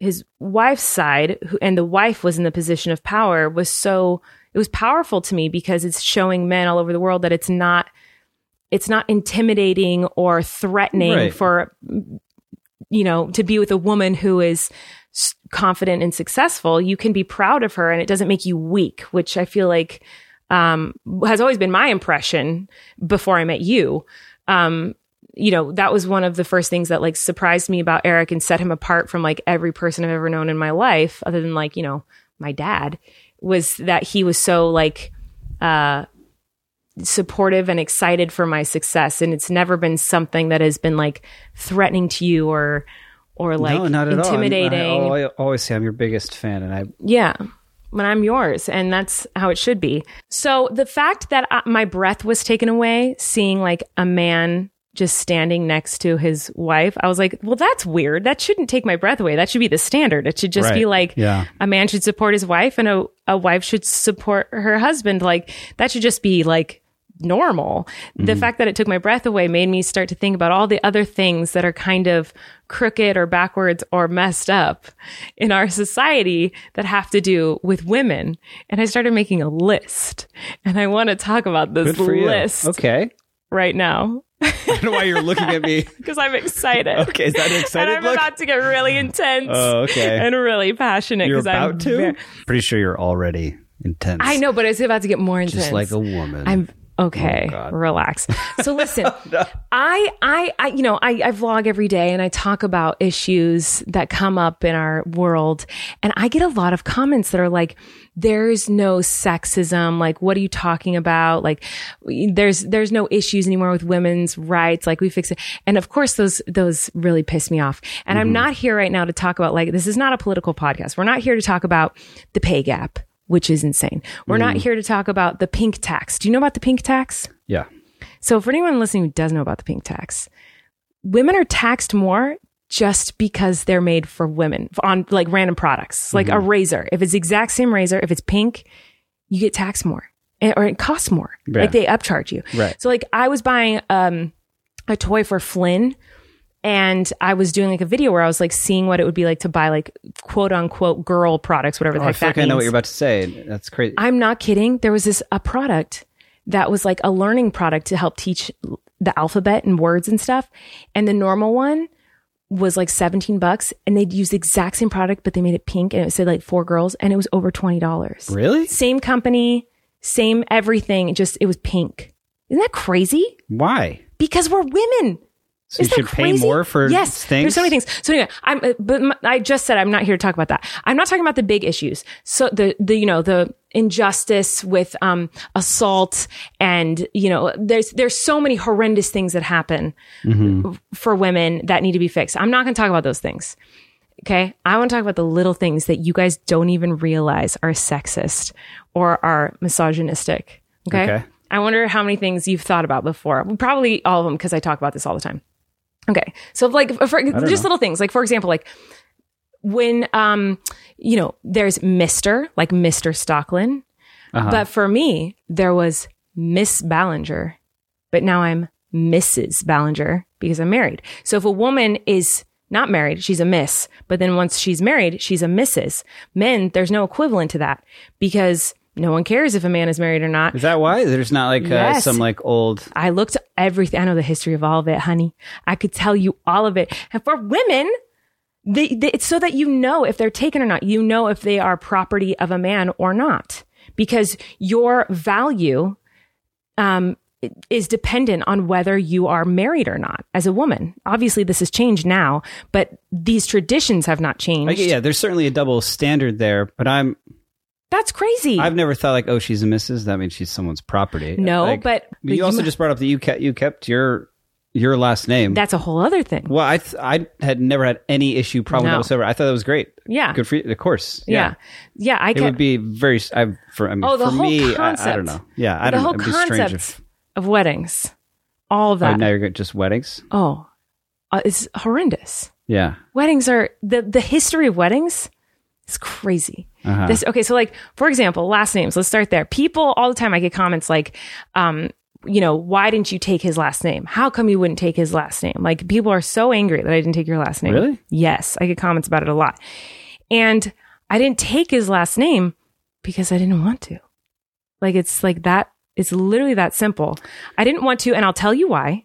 his wife's side who, and the wife was in the position of power was so it was powerful to me because it's showing men all over the world that it's not it's not intimidating or threatening Right. for you know to be with a woman who is s- confident and successful you can be proud of her and it doesn't make you weak which i feel like um, has always been my impression before i met you um, you know, that was one of the first things that like surprised me about Eric and set him apart from like every person I've ever known in my life, other than like, you know, my dad, was that he was so like uh supportive and excited for my success. And it's never been something that has been like threatening to you or or like no, not at intimidating. all. I'm- I, al- I always say I'm your biggest fan, and I Yeah. When I'm yours, and that's how it should be. So the fact that I, my breath was taken away, seeing like a man just standing next to his wife, I was like, well, that's weird. That shouldn't take my breath away. That should be the standard. It should just be Right. like Yeah. a man should support his wife and a, a wife should support her husband. Like that should just be like normal. The Mm-hmm. fact that it took my breath away made me start to think about all the other things that are kind of crooked or backwards or messed up in our society that have to do with women. And I started making a list. And I want to talk about this good for you. list [laughs] Okay, right now I don't know why you're looking at [laughs] me. because I'm excited. [laughs] Okay, is that an [laughs] And excited I'm look? about to get really intense oh, okay. and really passionate you're because about I'm to. ver- Pretty sure you're already intense. I know, but it's about to get more intense. just like a woman. I'm okay. Oh, God. relax. So [laughs] listen, I, I, I, you know, I, I vlog every day and I talk about issues that come up in our world, and I get a lot of comments that are like, "There's no sexism. Like, what are you talking about? Like, there's there's no issues anymore with women's rights. Like, we fix it." And of course, those those really piss me off. And I'm not here right now to talk about like this is not a political podcast. We're not here to talk about the pay gap. Which is insane. We're not here to talk about the pink tax. Do you know about the pink tax? yeah. So, for anyone listening who does know about the pink tax, women are taxed more just because they're made for women on like random products, like Mm-hmm. a razor. If it's the exact same razor, if it's pink, you get taxed more Eh, or it costs more. Yeah. Like they upcharge you. Right. So, like, I was buying um, a toy for Flynn and I was doing like a video where I was like seeing what it would be like to buy like quote unquote girl products, whatever the Oh, I heck feel that like I know what means. you're about to say. That's crazy. I'm not kidding. There was this a product that was like a learning product to help teach l- the alphabet and words and stuff. And the normal one was like 17 bucks and they'd use the exact same product, but they made it pink and it said like four girls and it was over $20. really? Same company, same everything. Just it was pink. Isn't that crazy? Why? Because we're women. So Isn't you should that pay crazy? more for yes, things. There's so many things. So anyway, I'm. Uh, but m I I just said I'm not here to talk about that. I'm not talking about the big issues. So the the you know the injustice with um assault and you know there's there's so many horrendous things that happen Mm-hmm. for women that need to be fixed. I'm not going to talk about those things. Okay. I want to talk about the little things that you guys don't even realize are sexist or are misogynistic. Okay. Okay. I wonder how many things you've thought about before. Probably all of them because I talk about this all the time. Okay. So, like, for, just little things. Like, for example, like when, um, you know, there's Mr., like Mr. Stocklin. Uh-huh. But for me, there was Miss Ballinger, but now I'm Mrs. Ballinger because I'm married. So if a woman is not married, she's a miss, but then once she's married, she's a Mrs. Men, there's no equivalent to that because no one cares if a man is married or not. Is that why there's not like uh, Yes. some like old? I looked everything. I know the history of all of it, honey. I could tell you all of it. And for women, they, they, it's so that you know if they're taken or not. You know if they are property of a man or not, because your value um, is dependent on whether you are married or not as a woman. Obviously, this has changed now, but these traditions have not changed. Like, Oh, yeah, there's certainly a double standard there. But I'm That's crazy. I've never thought like, oh, she's a missus. That means she's someone's property. No, Like, but- you, but also you- just brought up that you kept you kept your your last name. That's a whole other thing. well, I th- I had never had any issue problem No. whatsoever. I thought that was great. Yeah. good for you. Of course. yeah. yeah. I It can would be very. s- I for I mean, Oh, the for whole me, I, I concept. don't know. Yeah, I the don't. whole know. It'd be strange concept if- of weddings, all of oh, that. now you're good- just weddings. Oh, uh, it's horrendous. Yeah. Weddings are the the history of weddings is crazy. Uh-huh. This okay, so like for example, last names. Let's start there. People all the time I get comments like, um, you know, why didn't you take his last name? How come you wouldn't take his last name? Like people are so angry that I didn't take your last name. Really? Yes, I get comments about it a lot. And I didn't take his last name because I didn't want to. Like it's like that. It's literally that simple. I didn't want to, and I'll tell you why.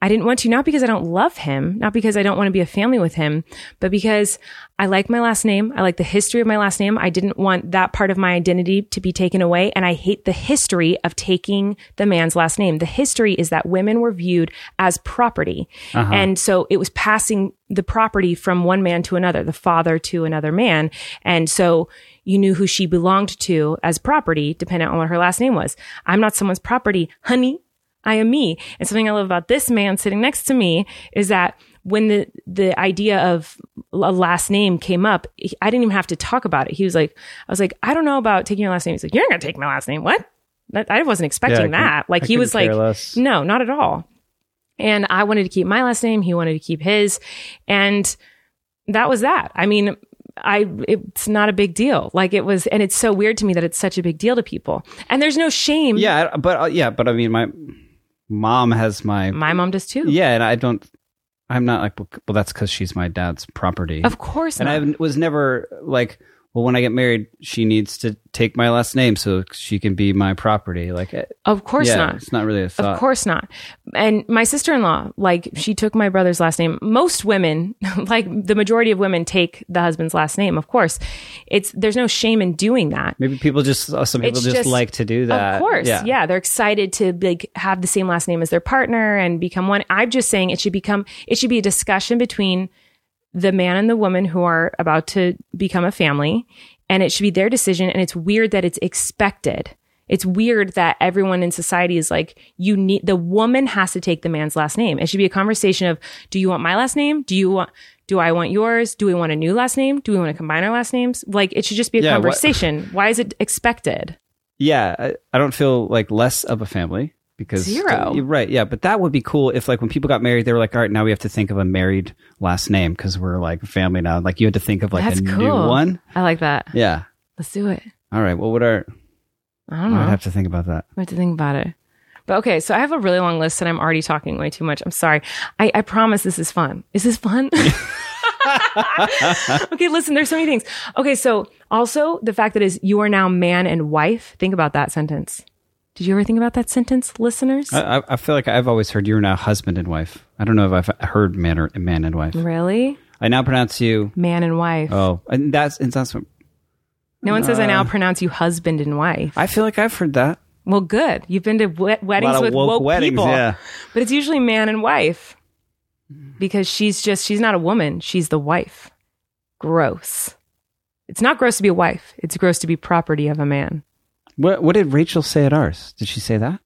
I didn't want to, not because I don't love him, not because I don't want to be a family with him, but because I like my last name. I like the history of my last name. I didn't want that part of my identity to be taken away. And I hate the history of taking the man's last name. The history is that women were viewed as property. And so it was passing the property from one man to another, the father to another man. And so you knew who she belonged to as property, dependent on what her last name was. I'm not someone's property, honey. I am me. And something I love about this man sitting next to me is that when the the idea of a last name came up, he- I didn't even have to talk about it. He was like, I was like, I don't know about taking your last name. He's like, you're not gonna take my last name. What? That- I wasn't expecting couldn't- that. Like I he was like, couldn't care less. no, not at all. And I wanted to keep my last name. He wanted to keep his, and that was that. I mean, I it's not a big deal. Like it was, and it's so weird to me that it's such a big deal to people. And there's no shame. Yeah, I- but uh, yeah, but I mean, my mom has my my mom does too. yeah, and I don't. I'm not like well, that's because she's my dad's property. Of course and not. I was never like, well, when I get married, she needs to take my last name so she can be my property. Like, of of course yeah, not. It's not really a thought. Of course not. And my sister in law, like, she took my brother's last name. Most women, [laughs] like the majority of women, take the husband's last name. Of course, it's there's no shame in doing that. Maybe people just uh, some people It's just, just- like to do that. Of course, yeah. They're excited to like have the same last name as their partner and become one. I'm just saying it should become it should be a discussion between the man and the woman who are about to become a family, and it should be their decision. And it's weird that it's expected. It's weird that everyone in society is like, you need the woman has to take the man's last name. It should be a conversation of, do you want my last name? Do you want? Do I want yours? Do we want a new last name? Do we want to combine our last names? Like it should just be a Yeah, what- conversation. Why is it expected? Yeah, I, I don't feel like less of a family because Zero. You're right. Yeah, but that would be cool if like when people got married, they were like, all right, now we have to think of a married last name because we're like family now. Like you had to think of like That's a cool. new one. I like that. Yeah. Let's do it. All right. What would our? I don't know. I'd I have to think about that. have to think about it. But okay, so I have a really long list and I'm already talking way too much. I'm sorry. I, I promise this is fun. Is this fun? [laughs] okay, listen, there's so many things. Okay, so also the fact that is you are now man and wife. Think about that sentence. Did you ever think about that sentence, listeners? I, I- I feel like I've always heard you're now husband and wife. I don't know if I've heard man or man and wife. really? I now pronounce you. Man and wife. Oh, and that's and that's. What, no one says uh, I now pronounce you husband and wife. I feel like I've heard that. Well, good. You've been to wet weddings of with woke woke, weddings, people. yeah. But it's usually man and wife because she's just, she's not a woman. She's the wife. Gross. It's not gross to be a wife. It's gross to be property of a man. What What did Rachel say at ours? Did she say that?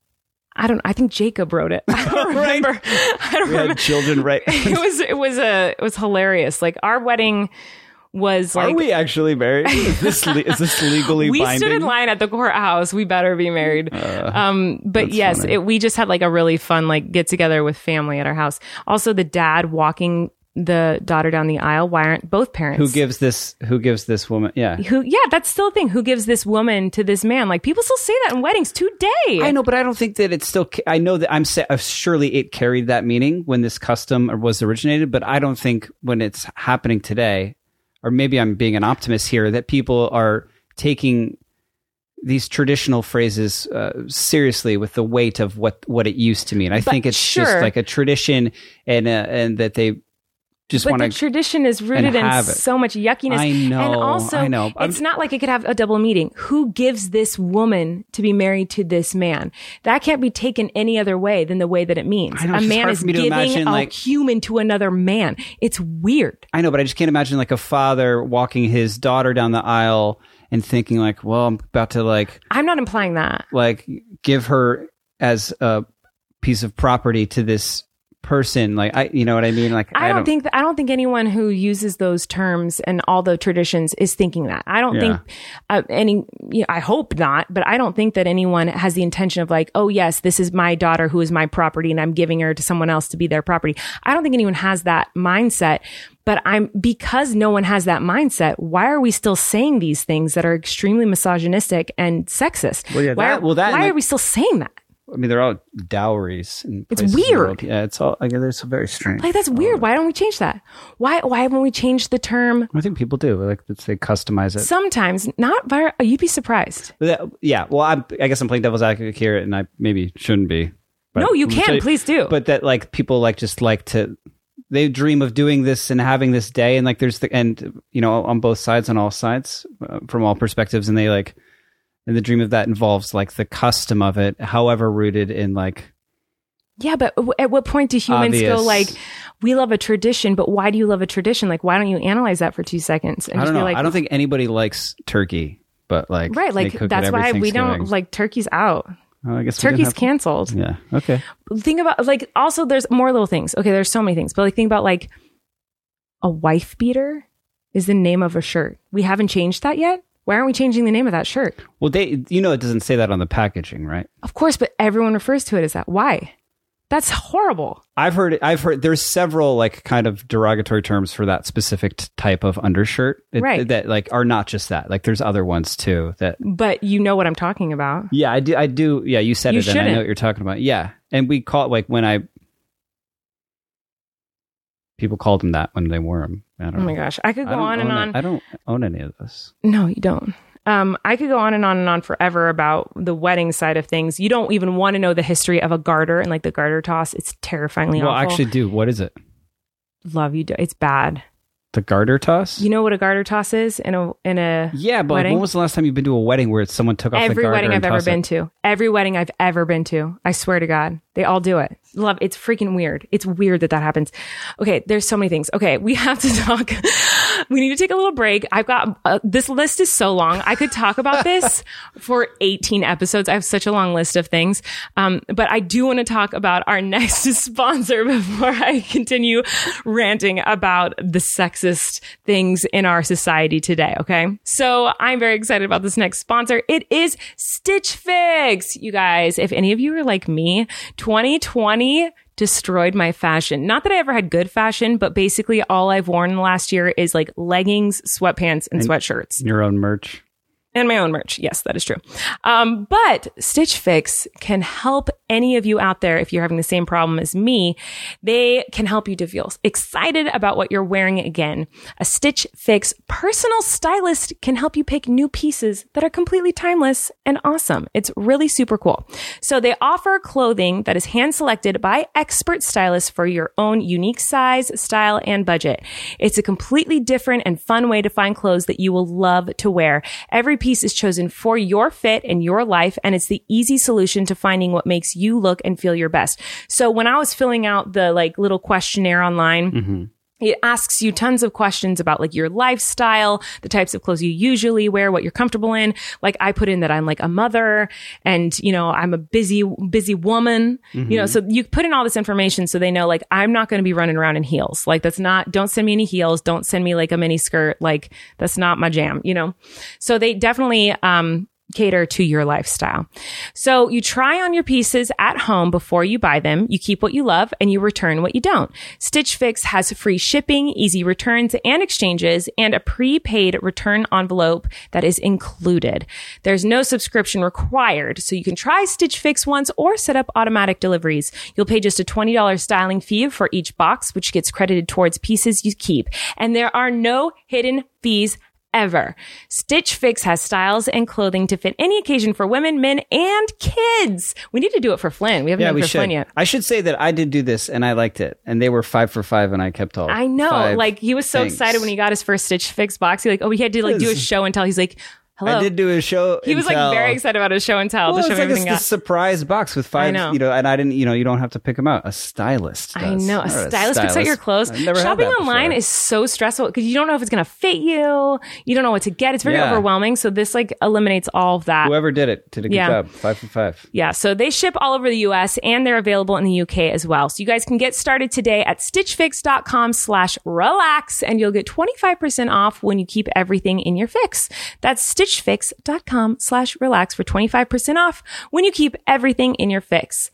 I don't, I think Jacob wrote it. [laughs] I don't [laughs] remember. I don't remember. [laughs] children, right? [laughs] It was, it was a, it was hilarious. Like our wedding was like, Are we [laughs] actually married? Is this le- is this legally we binding? Uh, stood in line at the courthouse. We better be married. um, but that's yes, funny. it, we just had like a really fun like get together with family at our house. Also, the dad walking the daughter down the aisle. Why aren't both parents Who gives this? Who gives this woman? Yeah, who yeah that's still a thing who gives this woman to this man like people still say that in weddings today I know, but I don't think that it's still. ca- I know that I'm sa- uh, surely it carried that meaning when this custom was originated, but I don't think when it's happening today, or maybe I'm being an optimist here, that people are taking these traditional phrases uh, seriously with the weight of what what it used to mean. I think it's just sure. like a tradition, and uh, and that they just but want the to. tradition is rooted in have it. so much yuckiness I know, and also I know. I'm- it's not like it could have a double meeting who gives this woman to be married to this man that can't be taken any other way than the way that it means I know, a it's just man hard is for me to giving imagine, a like- human to another man it's weird I know, but I just can't imagine like a father walking his daughter down the aisle and thinking like, "Well, I'm about to like." i'm not implying that like give her as a piece of property to this person like i you know what i mean like I don't, think that, I don't think anyone who uses those terms and all the traditions is thinking that. I don't Yeah. think uh, any. You know, I hope not, but I don't think that anyone has the intention of like, oh yes, this is my daughter who is my property, and I'm giving her to someone else to be their property. I don't think anyone has that mindset. But I'm because no one has that mindset. Why are we still saying these things that are extremely misogynistic and sexist? Well, yeah, why that- are, well, that and, why like- are we still saying that? i mean they're all dowries and It's weird. yeah it's all like it's very strange Like that's Oh. weird. Why don't we change that? Why why haven't we changed the term i think people do like it's- they customize it Sometimes, not very. Oh, you'd be surprised. That- yeah well I'm, i guess i'm playing devil's advocate here and i maybe shouldn't be but- no, you but- can. Please do. but that like people like just like to they dream of doing this and having this day and like there's the and you know on both sides on all sides uh, from all perspectives and they like and the dream of that involves like the custom of it however rooted in like yeah, but w- at what point do humans go Obvious. like, we love a tradition, but why do you love a tradition? Like, why don't you analyze that for two seconds and i just don't be know like, i don't think anybody likes turkey but like right? they Like cook it that's every why we Thanksgiving. don't like turkeys out. Well, i guess we didn't Turkeys have- canceled. yeah okay Think about like also there's more little things. Okay, there's so many things, but like think about like a wife beater is the name of a shirt. We haven't changed that yet. Why aren't we changing the name of that shirt? well they you know it doesn't say that on the packaging right Of course, but everyone refers to it as that. Why? That's horrible. I've heard I've heard there's several like kind of derogatory terms for that specific t- type of undershirt that, Right. that like are not just that like there's other ones too that but you know what I'm talking about. yeah I do I do yeah you said You it and I know shouldn't. what you're talking about yeah and we call it like when I people called them that when they wore them I don't Oh my know. gosh, I could I go don't on and own it. on. I don't own any of this No, you don't. Um, I could go on and on and on forever about the wedding side of things. You don't even want to know the history of a garter and like the garter toss. It's terrifyingly well I awful. actually do what is it love you. do- It's bad. the garter toss You know what a garter toss is in a in a yeah but like, wedding? when was the last time you've been to a wedding where someone took off the every garter wedding and I've ever tossed it? been to. Every wedding I've ever been to. I swear to God, they all do it. Love, it's freaking weird. It's weird that that happens. Okay, there's so many things. Okay, we have to [laughs] talk. we need to take a little break. I've got uh, this list is so long. I could talk about [laughs] this for 18 episodes. I have such a long list of things. Um, but I do want to talk about our [laughs] next sponsor before I continue ranting about the sexist things in our society today. Okay. So I'm very excited about this next sponsor. It is Stitch Fix. You guys, if any of you are like me, 2020 destroyed my fashion. Not that I ever had good fashion, but basically all I've worn in the last year is like leggings, sweatpants, and sweatshirts your own merch and my own merch. Yes, that is true. Um, but Stitch Fix can help any of you out there if you're having the same problem as me. They can help you to feel excited about what you're wearing again. A Stitch Fix personal stylist can help you pick new pieces that are completely timeless and awesome. It's really super cool. So they offer clothing that is hand selected by expert stylists for your own unique size, style, and budget. It's a completely different and fun way to find clothes that you will love to wear. Every piece is chosen for your fit and your life, and it's the easy solution to finding what makes you look and feel your best. So when I was filling out the like little questionnaire online, it asks you tons of questions about like your lifestyle, the types of clothes you usually wear, what you're comfortable in. Like I put in that I'm like a mother and, you know, I'm a busy, busy woman, you know, so you put in all this information so they know like I'm not going to be running around in heels. Like that's not, don't send me any heels. Don't send me like a mini skirt. Like that's not my jam, you know? So they definitely, um, cater to your lifestyle. So you try on your pieces at home before you buy them. You keep what you love and you return what you don't. Stitch Fix has free shipping, easy returns and exchanges, and a prepaid return envelope that is included. There's no subscription required, so you can try Stitch Fix once or set up automatic deliveries. You'll pay just a $20 styling fee for each box, which gets credited towards pieces you keep. And there are no hidden fees ever. Stitch Fix has styles and clothing to fit any occasion for women, men, and kids. We need to do it for Flynn. We haven't yeah, done it we for Flynn should. yet. I should say that I did do this and I liked it, and they were five for five, and I kept all. I know. five like he was so things. excited when he got his first Stitch Fix box. He like, oh, he had to like do a show and tell. He's like, hello. I did do a show. he and was like tell. very excited about his show and tell. Well, to it's show like it's everything the out. surprise box with five. know. You know, and I didn't. You know, you don't have to pick them out. A stylist. I does. know. Or A stylist picks out your clothes. I've never had Shopping that online before. is so stressful because you don't know if it's going to fit you. You don't know what to get. It's very Yeah. overwhelming. So this like eliminates all of that. Whoever did it did a good Yeah. job. Five for five. Yeah, so they ship all over the US and they're available in the UK as well. So you guys can get started today at stitchfix.com slash relax and you'll get 25% off when you keep everything in your fix. That's stitchfix.com slash relax for 25% off when you keep everything in your fix.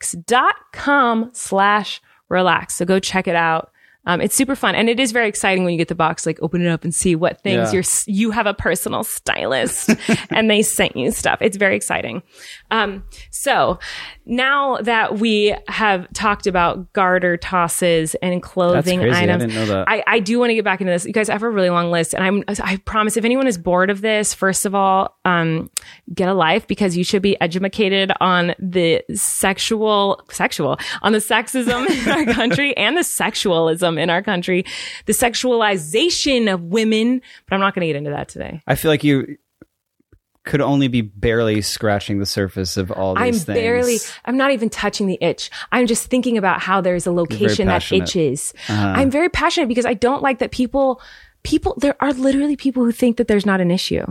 Stitchfix.com slash relax. So go check it out. Um, it's super fun and it is very exciting when you get the box, like open it up and see what things Yeah. you're, s- you have a personal stylist and they sent you stuff. It's very exciting. Um, so now that we have talked about garter tosses and clothing crazy. I items, didn't know that. I, I do want to get back into this. You guys I have a really long list, and I'm I promise if anyone is bored of this, first of all, um, get a life because you should be educated on the sexual sexual on the sexism in [laughs] our country and the sexualism in our country, the sexualization of women. But I'm not going to get into that today. I feel like you could only be barely scratching the surface of all these I'm things. barely, I'm not even touching the itch. I'm just thinking about how there's a location that passionate. Uh-huh. itches. I'm very passionate because I don't like that people, people, there are literally people who think that there's not an issue.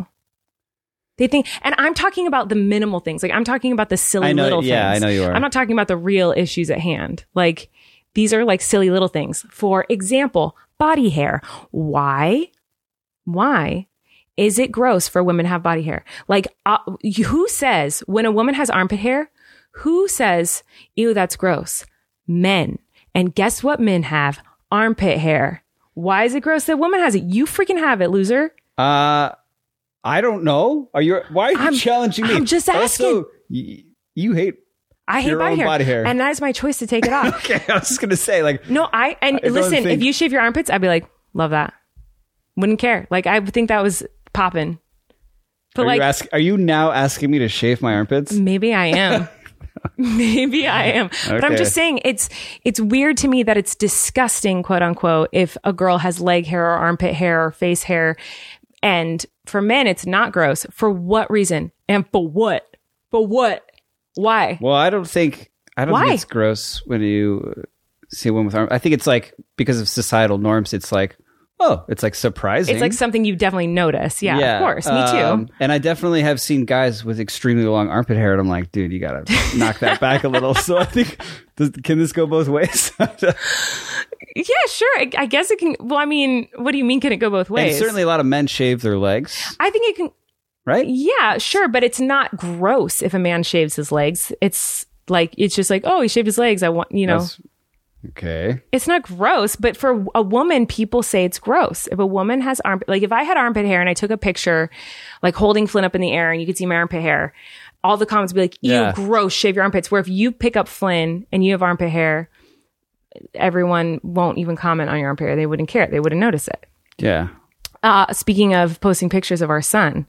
They think, and I'm talking about the minimal things. Like I'm talking about the silly I know- little yeah, things. I know you are. I'm not talking about the real issues at hand. Like these are like silly little things. For example, body hair. Why? Why is it gross for women to have body hair? Like, uh, you- who says when a woman has armpit hair? Who says, ew, that's gross? Men. And guess what men have? Armpit hair. Why is it gross that woman has it? You freaking have it, loser. Uh, I don't know. Are you? Why are you I'm- challenging me? I'm just asking. Also, y- you hate. [laughs] I hate Your body own hair. body hair. And that is my choice to take it [laughs] off. Okay, I was just gonna say like No, I, and I don't listen, if think- you shave your armpits, I'd be like, love that. Wouldn't care. Like, I would think that was popping. But are like, Mm. you ask are you now asking me to shave my armpits? Maybe I [laughs] am. Maybe I am. But I'm Okay. just saying it's it's weird to me that it's disgusting, quote unquote, if a girl has leg hair or armpit hair or face hair. And for men it's not gross. For what reason? And for what? For what? Why? Well, I don't think I don't Why? think it's gross when you uh, see a woman with arm. I think it's like because of societal norms, it's like oh, it's like surprising. It's like something you definitely notice. Yeah, of course. Me too. um, and I definitely have seen guys with extremely long armpit hair, and I'm like, dude, [laughs] you gotta knock that back a little. So I think, does, can this go both ways? [laughs] yeah, sure. I, I guess it can well, I mean, what do you mean can it go both and ways? certainly, a lot of men shave their legs, I think it can right? Yeah, sure, but it's not gross if a man shaves his legs. It's like it's just like, oh, he shaved his legs. I want, you know, That's- okay. it's not gross, but for a woman, people say it's gross. If a woman has armpit, like if I had armpit hair and I took a picture, like holding Flynn up in the air and you could see my armpit hair, all the comments would be like, ew, Yeah. gross, shave your armpits. Where if you pick up Flynn and you have armpit hair, everyone won't even comment on your armpit hair. They wouldn't care. They wouldn't notice it. Yeah. Uh, speaking of posting pictures of our son,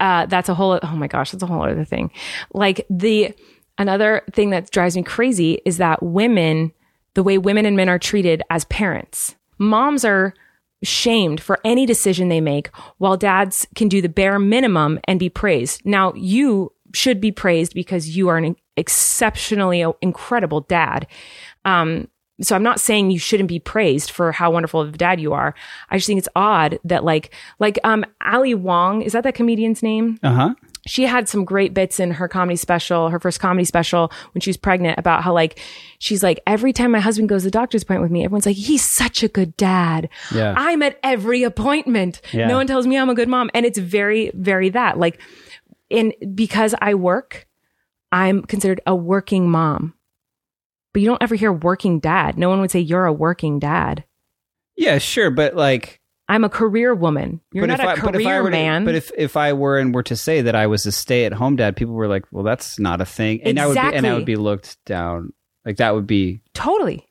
uh, that's a whole, oh my gosh, that's a whole other thing. Like the, another thing that drives me crazy is that women, the way women and men are treated as parents, moms are shamed for any decision they make while dads can do the bare minimum and be praised. Now you should be praised because you are an exceptionally incredible dad. Um, so I'm not saying you shouldn't be praised for how wonderful of a dad you are. I just think it's odd that like like um Ali Wong, is that that comedian's name? Uh huh. she had some great bits in her comedy special, her first comedy special when she was pregnant about how like she's like every time my husband goes to the doctor's appointment with me, everyone's like he's such a good dad. Yeah. I'm at every appointment. Yeah. No one tells me I'm a good mom and it's very very that. Like and because I work, I'm considered a working mom. But you don't ever hear working dad. No one would say you're a working dad. Yeah, sure, but like, I'm a career woman. You're but not a if I, but if I career were to- man. But if if I were and were to say that I was a stay at home dad, people were like, "Well, that's not a thing," and I would be, and I Exactly. would be looked down. Like that would be Totally.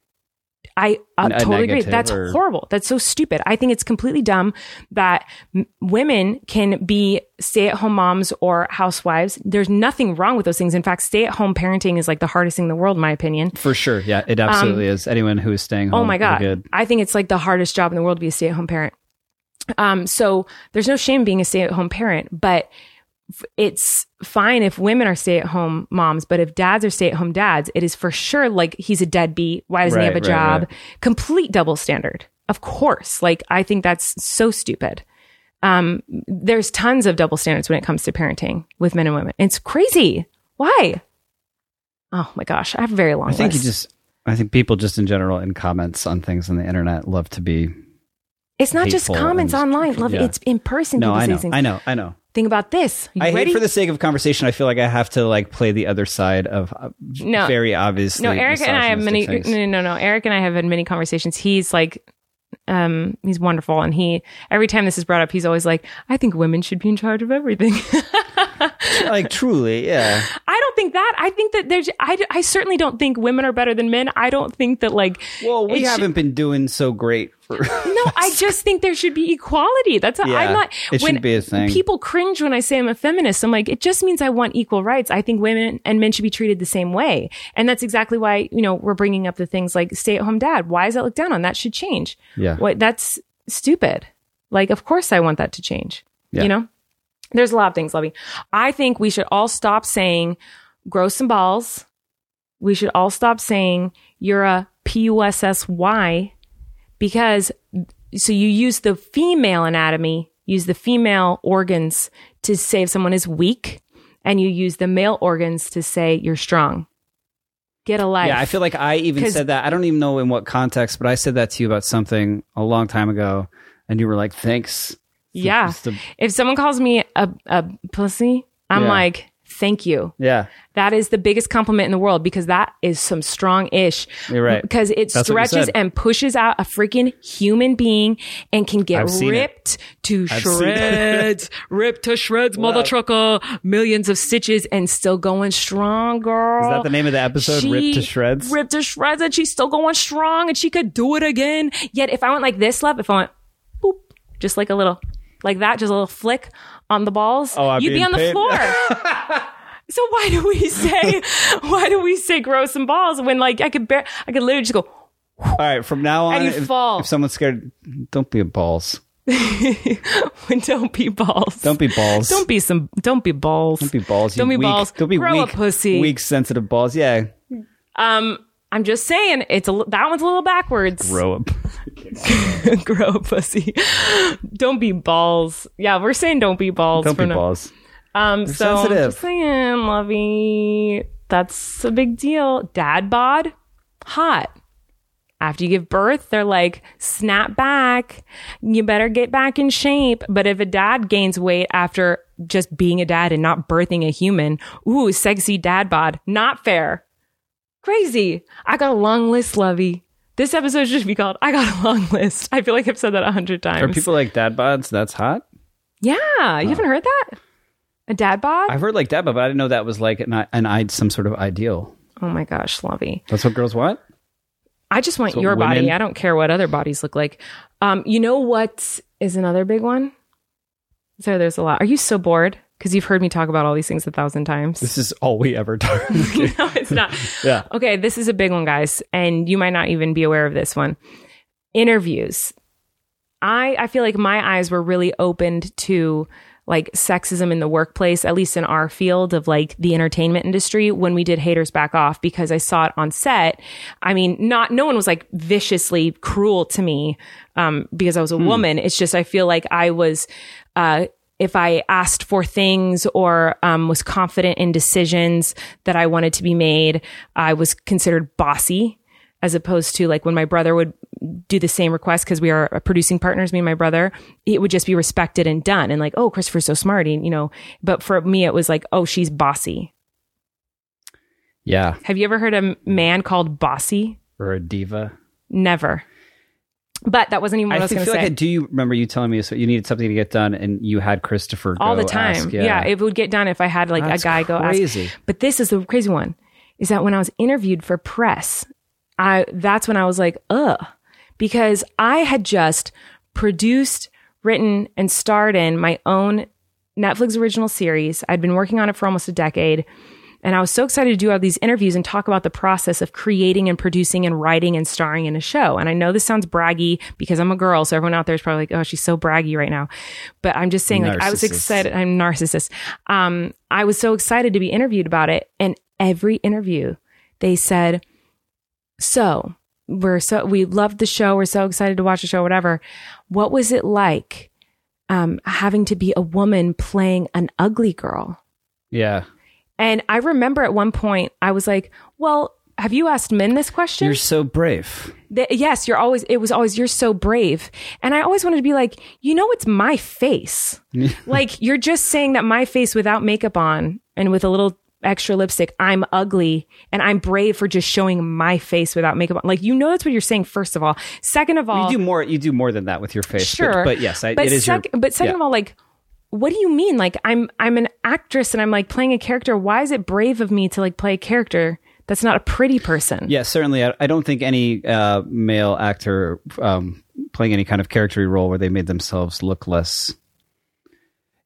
I uh, N- a totally agree. negative That's or- horrible. That's so stupid. I think it's completely dumb that m- women can be stay at home moms or housewives. There's nothing wrong with those things. In fact, stay at home parenting is like the hardest thing in the world, in my opinion. for sure. Yeah, it absolutely is. Anyone who is staying home, Um, Oh my is god. good. I think it's like the hardest job in the world to be a stay-at-home parent. Um so there's no shame being a stay-at-home parent, but f- it's fine if women are stay-at-home moms, but if dads are stay-at-home dads, it is for sure like he's a deadbeat. Why doesn't he have a Right, right, job? Complete double standard. Of course. Like I think that's so stupid. Um there's tons of double standards when it comes to parenting with men and women. It's crazy. Why? Oh my gosh, I have a very long I think you list. just. I think people just in general in comments on things on the internet love to be. It's not just hateful comments and- online. Love yeah. it's in person. No, people I say know, things. I know, I know. Think about this. You I ready? hate for the sake of conversation. I feel like I have to like play the other side of uh, No. very obviously. no, Eric and I have many. misogynistic No, things. no, no, no. Eric and I have had many conversations. He's like, um, he's wonderful, and he every time this is brought up, he's always like, I think women should be in charge of everything. [laughs] like truly, yeah. I don't think that. I think that there's. I, I certainly don't think women are better than men. I don't think that like. Well, it we should- haven't been doing so great for. [laughs] No, I just think there should be equality. That's how Yeah, I'm not. it when should be a thing. People cringe when I say I'm a feminist. I'm like, it just means I want equal rights. I think women and men should be treated the same way, and that's exactly why you know we're bringing up the things like stay-at-home dad. Why is that looked down on? That should change. Yeah. What? That's stupid. Like, of course I want that to change. Yeah. You know, there's a lot of things, Lovey. I think we should all stop saying grow some balls. We should all stop saying you're a P U S S Y because so you use the female anatomy, use the female organs to say if someone is weak, and you use the male organs to say you're strong. Get a life. Yeah, I feel like I even 'Cause- said that. I don't even know in what context, but I said that to you about something a long time ago, and you were like, "Thanks." Yeah. Just a- if someone calls me a, a pussy, I'm Yeah. like, thank you. yeah, That is the biggest compliment in the world because that is some strong ish. You're right. Because it That's what you stretches said. and pushes out a freaking human being and can get I've seen it. ripped to I've seen it. [laughs] shreds, ripped to shreds, mother trucker, millions of stitches and still going strong, girl. Is that the name of the episode, Ripped to Shreds? Ripped to shreds and she's still going strong and she could do it again. Yet if I went like this, love, if I went boop, just like a little, like that, just a little flick on the balls, Oh, I'm you'd be being on the paid. floor. [laughs] So why do we say why do we say grow some balls when like I could bear I could literally just go [laughs] All right, from now on, And you if, fall. if someone's scared, don't be a balls. don't be balls. Don't be balls. Don't be some don't be balls. Don't be balls. you Don't be weak- balls. Don't be Grow a weak. pussy. Weak, sensitive balls. Yeah. Um I'm just saying it's a li- that one's a little backwards. Grow up. [laughs] Grow a pussy. don't be balls. Yeah, we're saying don't be balls Don't for be now. balls. Um so I'm sensitive. just saying, lovey. That's a big deal. Dad bod, hot. After you give birth, they're like, snap back. You better get back in shape. But if a dad gains weight after just being a dad and not birthing a human, ooh, sexy dad bod. Not fair. Crazy. I got a long list, lovey. This episode should be called I Got a Long List. I feel like I've said that a hundred Are times. people like dad bods? That's hot. yeah. You haven't heard that? A dad bod? I've heard like dad bod, but I didn't know that was like an, an i some sort of ideal. oh my gosh, lovey. That's what girls want. I just want So your body. women- I don't care what other bodies look like. Um, you know what is another big one? So there's a lot. Are you so bored? Because you've heard me talk about all these things a thousand times. [laughs] This is all we ever talk. no, it's not. yeah. Okay, this is a big one, guys, and you might not even be aware of this one. Interviews. I I feel like my eyes were really opened to like sexism in the workplace, at least in our field of like the entertainment industry, when we did Haters Back Off, because I saw it on set. I mean, not no one was like viciously cruel to me um, because I was a woman. It's just I feel like I was uh, if I asked for things or um, was confident in decisions that I wanted to be made, I was considered bossy as opposed to like when my brother would do the same request because we are uh, producing partners, me and my brother, it would just be respected and done and like, oh, Christopher's so smart. And, you know, but for me, it was like, oh, she's bossy. [laughs] Yeah. Have you ever heard a man called bossy? Or a diva. Never. But that wasn't even what I, I was think- going to feel say. like I do you remember you telling me so you needed something to get done and you had Christopher all go the time. ask, yeah. it would get done if I had like a That's guy go crazy. ask. But this is the crazy one: is that when I was interviewed for press, I that's when I was like, ugh, because I had just produced, written, and starred in my own Netflix original series. I'd been working on it for almost a decade. And I was so excited to do all these interviews and talk about the process of creating and producing and writing and starring in a show. And I know this sounds braggy because I'm a girl. So everyone out there is probably like, oh, she's so braggy right now. But I'm just saying, like, I was Narcissist. excited. I'm a narcissist. Um, I was so excited to be interviewed about it. And every interview, they said, so we're so, we loved the show. We're so excited to watch the show, whatever. What was it like um, having to be a woman playing an ugly girl? Yeah. And I remember at one point I was like, "Well, have you asked men this question?" You're so brave. Th- yes, you're always it was always you're so brave. And I always wanted to be like, "You know it's my face." [laughs] like you're just saying that my face without makeup on and with a little extra lipstick, I'm ugly and I'm brave for just showing my face without makeup on. Like you know that's what you're saying first of all. Second of all, You do more you do more than that with your face. sure But, but yes, I, but it is your sec- but second yeah. of all like what do you mean like i'm i'm an actress and i'm like playing a character why is it brave of me to like play a character that's not a pretty person Yeah, certainly. I, I don't think any uh, male actor um, playing any kind of character role where they made themselves look less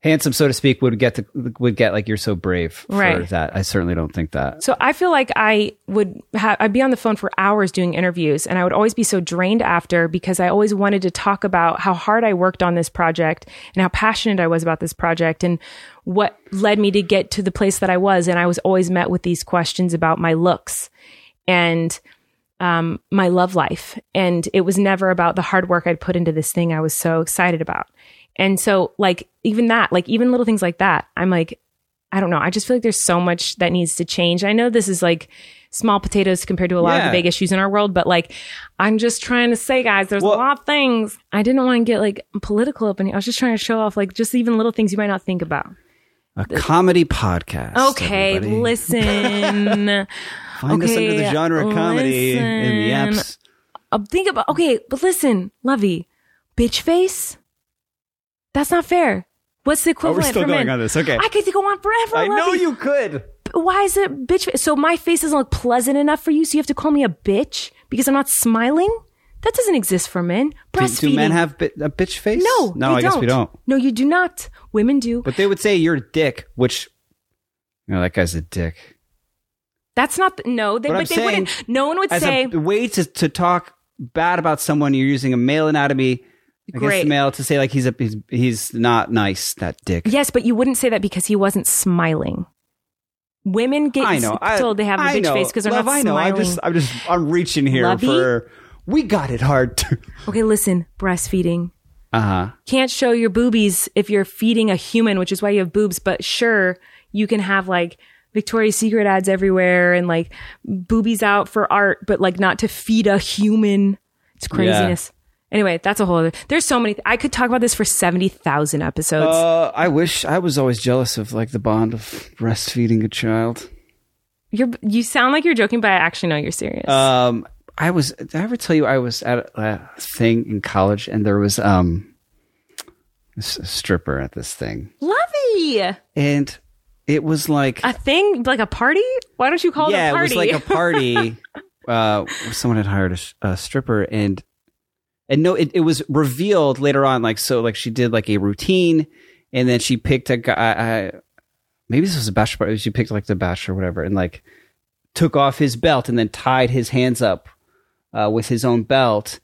handsome, so to speak, would get the, would get like you're so brave for Right. that. I certainly don't think that. So I feel like I would ha- I'd be on the phone for hours doing interviews and I would always be so drained after because I always wanted to talk about how hard I worked on this project and how passionate I was about this project and what led me to get to the place that I was and I was always met with these questions about my looks and um, my love life and it was never about the hard work I'd put into this thing I was so excited about. And so like even that like even little things like that I'm like I don't know. I just feel like there's so much that needs to change. I know this is like small potatoes compared to a lot of Yeah. the big issues in our world, but like I'm just trying to say, guys, there's a Well- lot of things. I didn't want to get like political up in here. I was just trying to show off like just even little things you might not think about. A comedy podcast. Okay, everybody. [laughs] listen. Find us under the okay, genre comedy in the listen. apps. Uh, think about okay, but listen, Lovey, bitch face. That's not fair. What's the Oh, equivalent we're still for going men? on this. Okay, I could go on forever. I know Lovey. you could. why is it bitch? fa- So my face doesn't look pleasant enough for you, so you have to call me a bitch because I'm not smiling. That doesn't exist for men. Do, Breastfeeding. do men have bi- a bitch face? no? no. they I guess we don't. No, you do not. Women do. But they would say you're a dick, which you know that guy's a dick. That's not. th- No, they. But I'm But they saying, wouldn't. No one would as say. a way to, to talk bad about someone you're using a male anatomy against Great. the male to say like he's a he's, he's not nice that dick yes, but you wouldn't say that because he wasn't smiling. Women get i know I- told they have a I bitch know. face because they're Love, not i know smiling. i'm just i'm just i'm reaching here Lovey? for we got it hard [laughs] to Okay, listen. Breastfeeding. uh-huh can't show your boobies if you're feeding a human, which is why you have boobs, but sure, you can have like Victoria's Secret ads everywhere and like boobies out for art, but like not to feed a human. It's craziness. Anyway, that's a whole other. There's so many. I could talk about this for 70,000 episodes. uh i wish i was always jealous of like the bond of breastfeeding a child you're, you sound like you're joking, but I actually know you're serious. Um, I was. Did I ever tell you I was at a thing in college and there was um a s- a stripper at this thing, Lovey! and it was like A thing, like a party? Why don't you call it a yeah, it party? was like a party. uh, where someone had hired a, sh- a stripper, and and no, it, it was revealed later on. Like so, like she did like a routine, and then she picked a guy. I, maybe this was a bachelor. party. She picked like the bachelor, or whatever, and like took off his belt and then tied his hands up uh, with his own belt.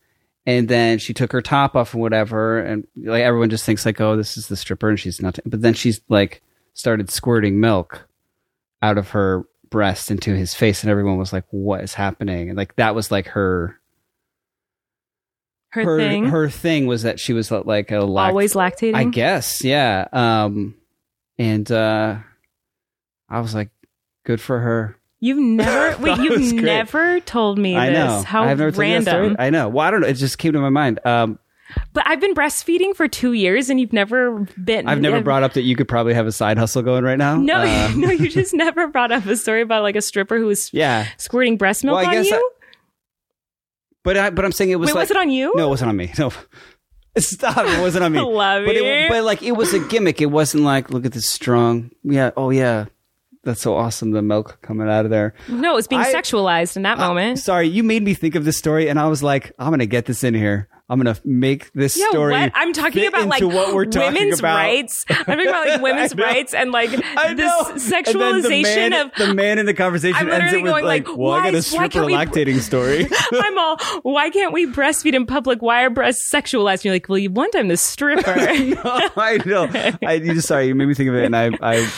And then she took her top off and whatever, and like everyone just thinks like, oh, this is the stripper, and she's not. But then she's like started squirting milk out of her breast into his face and everyone was like what is happening and like that was like her [laughs] Her, thing. her thing was that she was uh, like a lact- always lactating. I guess, yeah. Um, and uh, I was like, good for her. You've [laughs] never wait, That you've was great. never told me I this. know. How I've never told you that story. random. I know. Well, I don't know. It just came to my mind. Um, But I've been breastfeeding for two years and you've never been I've never brought up that you could probably have a side hustle going right now. No, [laughs] Uh, no, you just never brought up a story about like a stripper who was yeah, squirting breast milk Well, I on guess you. but I, but I'm saying it was wait, like was it on you? no, it wasn't on me. [laughs] No, stop. It wasn't on me. [laughs] Love but you. it, but like it was a gimmick. It wasn't like look at this strong. Yeah. Oh yeah. That's so awesome. The milk coming out of there. No, it was being I- uh, sexualized in that moment. Sorry, you made me think of this story, and I was like, I'm gonna get this in here. I'm gonna make this Yeah, story. what? I'm talking fit about like into what we're talking women's about. [laughs] rights. I'm talking about like women's I know. rights and like I this know. and sexualization then the man, of. the man in the conversation I'm ends literally it with going like, like, "Well, I why got a is- why stripper can't we- [laughs] lactating story." [laughs] I'm all, why can't we breastfeed in public? Why are breasts sexualized? And you're like, well, you one time this [laughs] stripper. I know. I, you just sorry, you made me think of it, and I, I was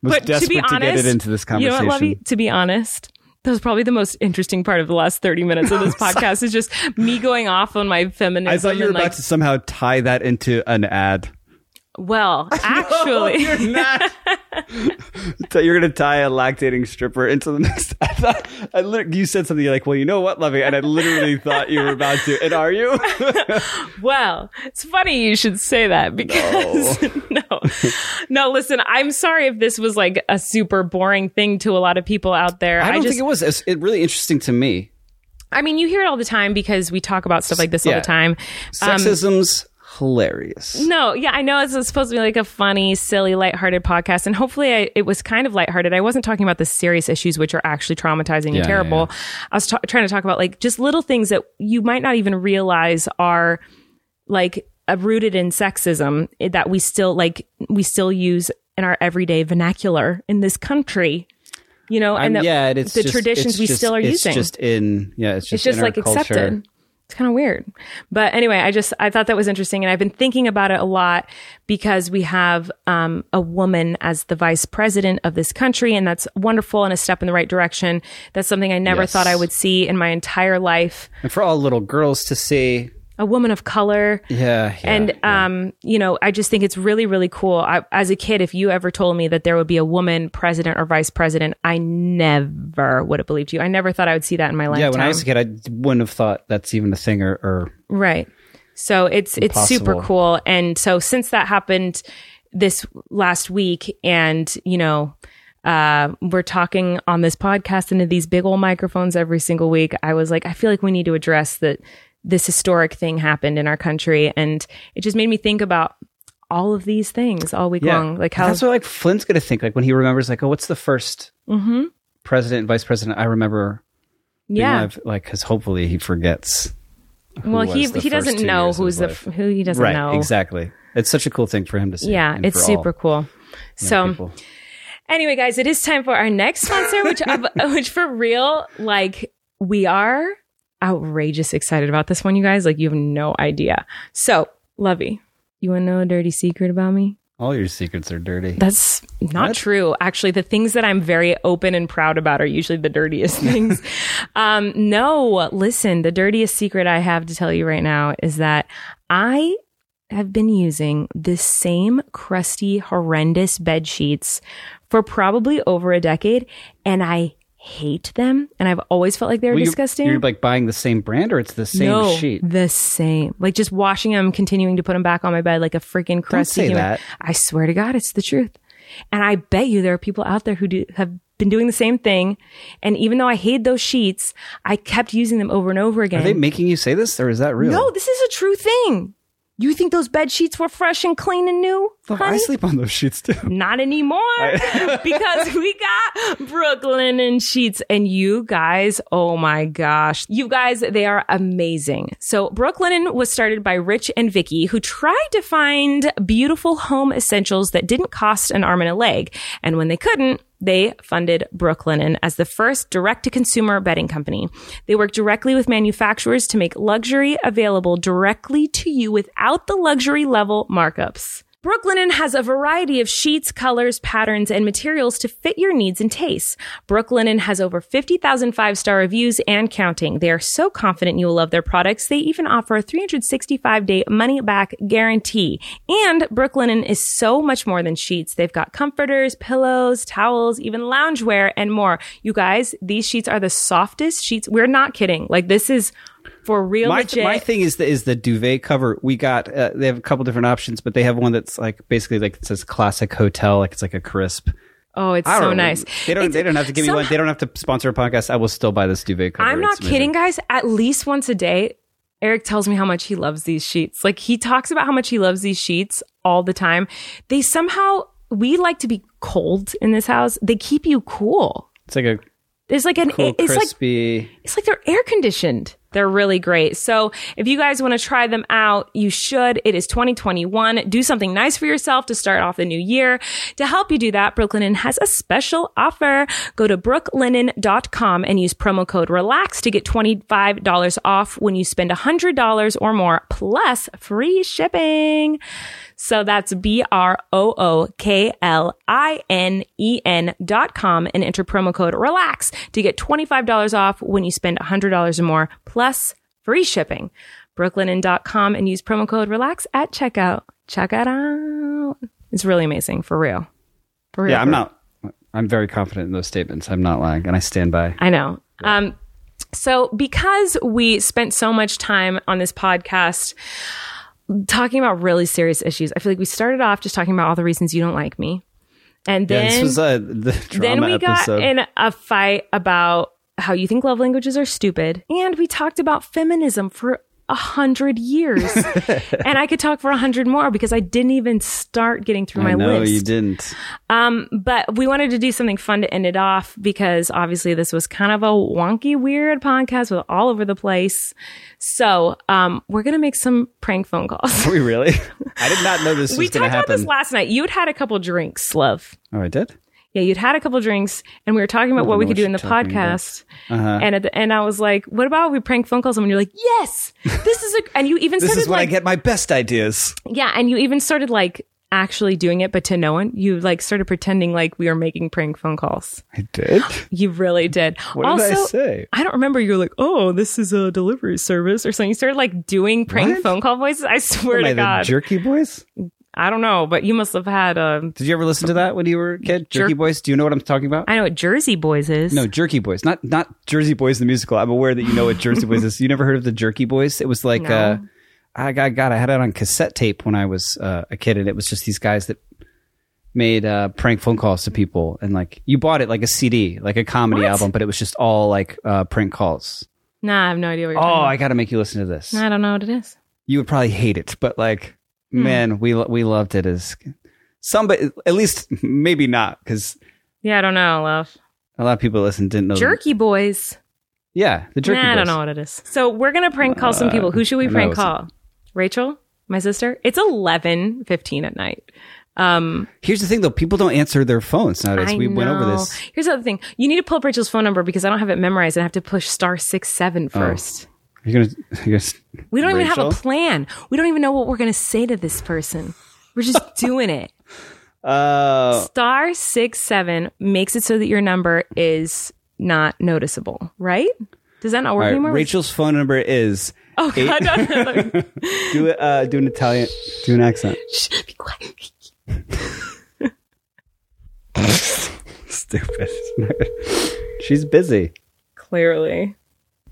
But to be desperate to, get honest, it into this You know conversation. what, Lovey? To be honest, that was probably the most interesting part of the last 30 minutes [laughs] of this podcast is just me going off on my feminism. I thought you were and, about like, to somehow tie that into an ad. [laughs] Well, actually, [laughs] You're not. so you're gonna tie a lactating stripper into the next. [laughs] I thought I lit- you said something. You're like, well, you know what, Lovey, and [laughs] I literally thought you were about to. And are you? well, it's funny you should say that because [laughs] no. no, listen, I'm sorry if this was like a super boring thing to a lot of people out there. I I, don't just, think it was. It's it really interesting to me. I mean, you hear it all the time because we talk about stuff like this all Yeah. the time. Um, Sexism's hilarious. No, yeah, I know it's supposed to be like a funny, silly, lighthearted podcast, and hopefully I, it was kind of lighthearted. I wasn't talking about the serious issues which are actually traumatizing Yeah, and terrible. yeah, I was ta- trying to talk about like just little things that you might not even realize are like uh, rooted in sexism eh, that we still like we still use in our everyday vernacular in this country. You know, and I'm- that yeah, and it's the just- traditions it's we just- still are it's using. Just in yeah, it's just, it's just in our like culture. accepted. It's kind of weird. But anyway, I just I thought that was interesting and I've been thinking about it a lot because we have um, a woman as the vice president of this country and that's wonderful and a step in the right direction. That's something I never Yes. thought I would see in my entire life. and for all little girls to see. A woman of color Yeah, yeah. and um, you know, I just think it's really, really cool. I, as a kid, if you ever told me that there would be a woman president or vice president, I never would have believed you. I never thought I would see that in my lifetime. yeah, when I was a kid, I wouldn't have thought that's even a thing or, or Right. So it's it's super Impossible. cool. And so since that happened this last week and you know uh we're talking on this podcast into these big old microphones every single week, I was like I feel like we need to address that this historic thing happened in our country and it just made me think about all of these things all week long like how that's what like Flynn's gonna think like when he remembers like oh what's the first Mhm. president and vice president I remember being yeah alive? like because hopefully he forgets who well he was the he first doesn't two know years of who's his the life. f- who he doesn't right know exactly it's such a cool thing for him to see yeah and it's for super all cool young so people. Anyway, guys, it is time for our next sponsor, which I've, which for real, like we are outrageous excited about this one, you guys. Like you have no idea. So, Lovey, you want to know a dirty secret about me? all your secrets are dirty That's not What? true. Actually, the things that I'm very open and proud about are usually the dirtiest [laughs] things. um, no, listen, the dirtiest secret I have to tell you right now is that I have been using this same crusty, horrendous bed sheets for probably over a decade, and I hate them. And I've always felt like they were Well, you're- disgusting. you're, like buying the same brand or it's the same no, sheet the same. Like just washing them, continuing to put them back on my bed like a freaking crusty don't say human. that I swear to God, it's the truth. And I bet you there are people out there who do, have been doing the same thing. And even though I hate those sheets, I kept using them over and over again. are they making you say this or is that real no, this is a true thing. You think those bed sheets were fresh and clean and new? Look, I honey? sleep on those sheets too Not anymore [laughs] because we got Brooklyn and Sheets. And you guys, oh my gosh, you guys, they are amazing. So, Brooklyn was started by Rich and Vicky, who tried to find beautiful home essentials that didn't cost an arm and a leg. And when they couldn't, they funded Brooklinen as the first direct to consumer bedding company. They work directly with manufacturers to make luxury available directly to you without the luxury level markups. Brooklinen has a variety of sheets, colors, patterns, and materials to fit your needs and tastes. Brooklinen has over 50,000 five star reviews and counting. They are so confident you will love their products, they even offer a 365 day money back guarantee. And Brooklinen is so much more than sheets. They've got comforters, pillows, towels, even loungewear, and more. You guys, these sheets are the softest sheets. We're not kidding. Like, this is for real my, legit. my thing is the is the duvet cover we got uh, they have a couple different options but they have one that's like basically like it says classic hotel like it's like a crisp oh, it's I so don't know. nice. they don't It's- they don't have to give me somehow- one they don't have to sponsor a podcast i will still buy this duvet cover I'm not It's amazing. kidding, guys. At least once a day, Eric tells me how much he loves these sheets. Like he talks about how much he loves these sheets all the time. They somehow we like to be cold in this house. They keep you cool. it's like a There's like an cool it's like crispy it's like they're air conditioned. They're really great. So if you guys want to try them out, you should. It is 2021. Do something nice for yourself to start off the new year. To help you do that, Brooklinen has a special offer. Go to brooklinen.com and use promo code RELAX to get $25 off when you spend $100 or more plus free shipping. So that's B R O O K L I N E N dot com and enter promo code RELAX to get $25 off when you spend $100 or more plus free shipping. Brooklinen.com and use promo code RELAX at checkout. Check it out. It's really amazing for real. For real. yeah i'm for not i'm very confident in those statements i'm not lying and i stand by I know. Um, so because we spent so much time on this podcast talking about really serious issues, I feel like we started off just talking about all the reasons you don't like me, and yeah then this was uh, the drama then we episode got in a fight about how you think love languages are stupid, and we talked about feminism for a hundred [laughs] years, and I could talk for a hundred more because I didn't even start getting through my i know list. you didn't [laughs] But we wanted to do something fun to end it off because obviously this was kind of a wonky, weird podcast with all over the place. So um, we're gonna make some prank phone calls. Are we really i did not know this we was going talked to about happen this last night. You had had a couple drinks, love. oh i did Yeah, you'd had a couple drinks, and we were talking about don't what we know could what do in the you're talking about. Uh-huh. podcast. And at the end, I was like, "What about we prank phone call someone?" You're like, [laughs] "Yes, this is a." And you even this started is when like, i get my best ideas yeah, and you even started like actually doing it, but to no one. You like started pretending like we were making prank phone calls. i did You really did. What also, did I say? I don't remember. You were like, "Oh, this is a delivery service" or something. You started like doing prank What? phone call voices. I swear Am I to the God, jerky voice? I don't know, but you must have had um Did you ever listen to that when you were a kid? Jerky Jer- voice? Do you know what I'm talking about? I know what Jersey Boys is. no, Jerky Boys, not not Jersey Boys the musical. I'm aware that you know what Jersey Boys is. You never heard of the Jerky Boys? It was like No. uh, I got God, I had it on cassette tape when I was uh, a kid, and it was just these guys that made uh, prank phone calls to people, and like you bought it like a CD, like a comedy What? album, but it was just all like uh, prank calls. nah, I have no idea what you're Oh, talking about. I got to make you listen to this. I don't know what it is. you would probably hate it, but like, Hmm. man, we lo- we loved it as somebody, at least maybe not because Yeah, I don't know, love. a lot of people listen didn't know. the- Jerky Boys. yeah, the Um, jerky. nah, I don't boys. Uh, know what it is. So we're gonna prank call some people. Who should we I know prank it's- call? Rachel, my sister. It's eleven fifteen at night. Um, Here's the thing though, people don't answer their phones nowadays. I we went over know. this. Here's the other thing: you need to pull up Rachel's phone number because I don't have it memorized, and I have to push star six seven first. You're gonna, you're gonna We don't even have a Oh. Rachel? plan. We don't even know what we're going to say to this person. We're [laughs] just doing it. uh, Star six seven makes it so that your number is not noticeable, right? Does that not work all anymore? right. Rachel's phone number is oh God! [laughs] No, no, no. do it. Uh, do an Italian, do an accent. [laughs] Be quiet. Stupid. [laughs] She's busy. Clearly,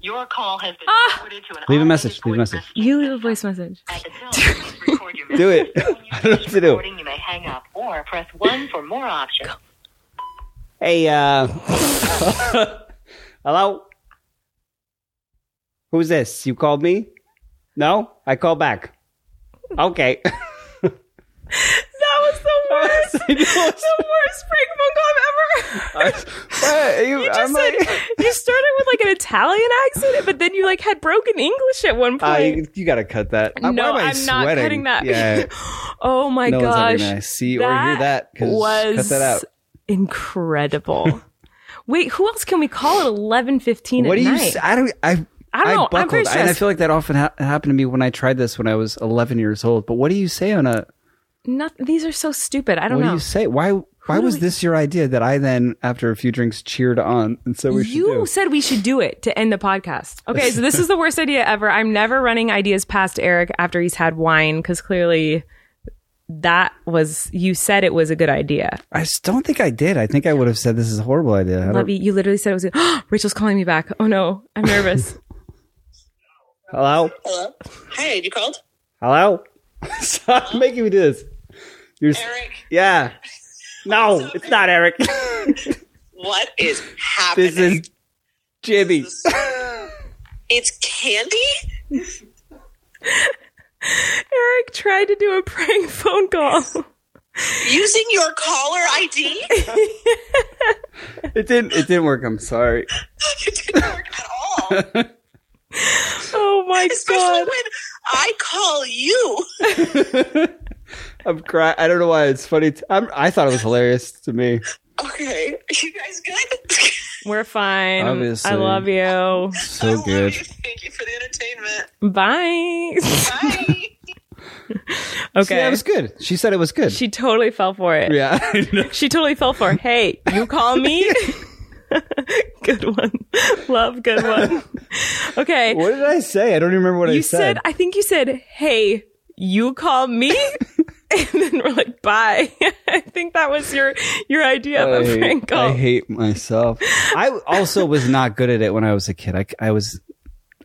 Your call has been forwarded to an Leave a automated message, leave a voice message. you leave a voice message. At the tone, please record [laughs] your message. Do it. When you I don't know what finish to do. recording, you may hang up or press one for more options. Hey, uh, [laughs] hello? Who's this? You called me? No? I call back. Okay. [laughs] That was the worst, the worst prank phone call I've ever. I- what? You- You I'm just like- said, you started with like an Italian accent, but then you like had broken English at one Ah, point. you, you gotta cut that. Uh, why No, am I I'm not sweating? cutting that. Yeah, oh [laughs] my no one's ever gosh, gonna see or hear that. 'cause was cut that out. incredible. Wait, who else can we call at eleven fifteen What at do you? night? s- I don't. I. I don't know. I'm very buckled, and I stressed. feel like that often ha- happened to me when I tried this when I was 11 years old. But what do you say on a Not, these are so stupid. I don't what do know. you say? Why? Why was this your idea that I then, after a few drinks, cheered on and so we should you do? said we should do it to end the podcast. Okay, so this is the worst idea ever. I'm never running ideas past Eric after he's had wine because clearly that was you said it was a good idea. I s- don't think I did. I think I would have said this is a horrible idea. I don't- Levy, you literally said it was. Good. [gasps] Rachel's calling me back. Oh no, I'm [laughs] nervous. Hello, Hello? Hi, you called? hello. [laughs] Stop making me do this. You're s- Eric, yeah. No, it's not Eric. [laughs] what is happening? this is Jimmy. It's candy? Eric tried to do a prank phone call. Using your caller [laughs] ID? It didn't. It didn't work. I'm sorry. it didn't work at all. Oh my Especially god. when I call you. I'm crying. I don't know why it's funny. T- I'm, I thought it was hilarious to me. Okay. Are you guys good? [laughs] We're fine. Obviously. I love you. I So love good. you. Thank you for the entertainment. Bye. [laughs] Bye. okay. Yeah, it was good. She said it was good. she totally fell for it. yeah. [laughs] I know. She totally fell for. it. Hey, you call [laughs] me. [laughs] good one. Love, good one. Okay. What did I say? I don't even remember what I you said. said, I think you said, hey, you call [laughs] me? and then we're like, bye. [laughs] I think that was your your idea [laughs] of a I- prank call. I hate myself. I also was not good at it when I was a kid. I, I was, I was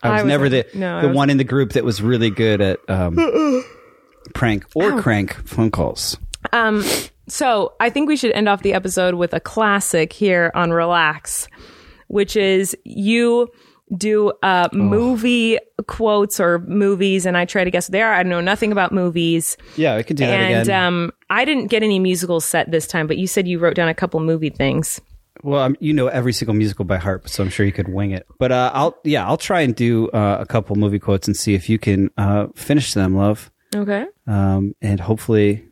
I was never the no, I the was- one in the group that was really good at um, [gasps] prank or crank phone calls. Um, so I think we should end off the episode with a classic here on Relax, which is you do uh, Oh. movie quotes or movies, and I try to guess what they are. I know nothing about movies, Yeah, I could do that and again. um, I didn't get any musicals set this time. But you said you wrote down a couple movie things. well, um, you know every single musical by heart, so I'm sure you could wing it. But uh, I'll yeah, I'll try and do uh, a couple movie quotes and see if you can uh, finish them, love. Okay. um, and hopefully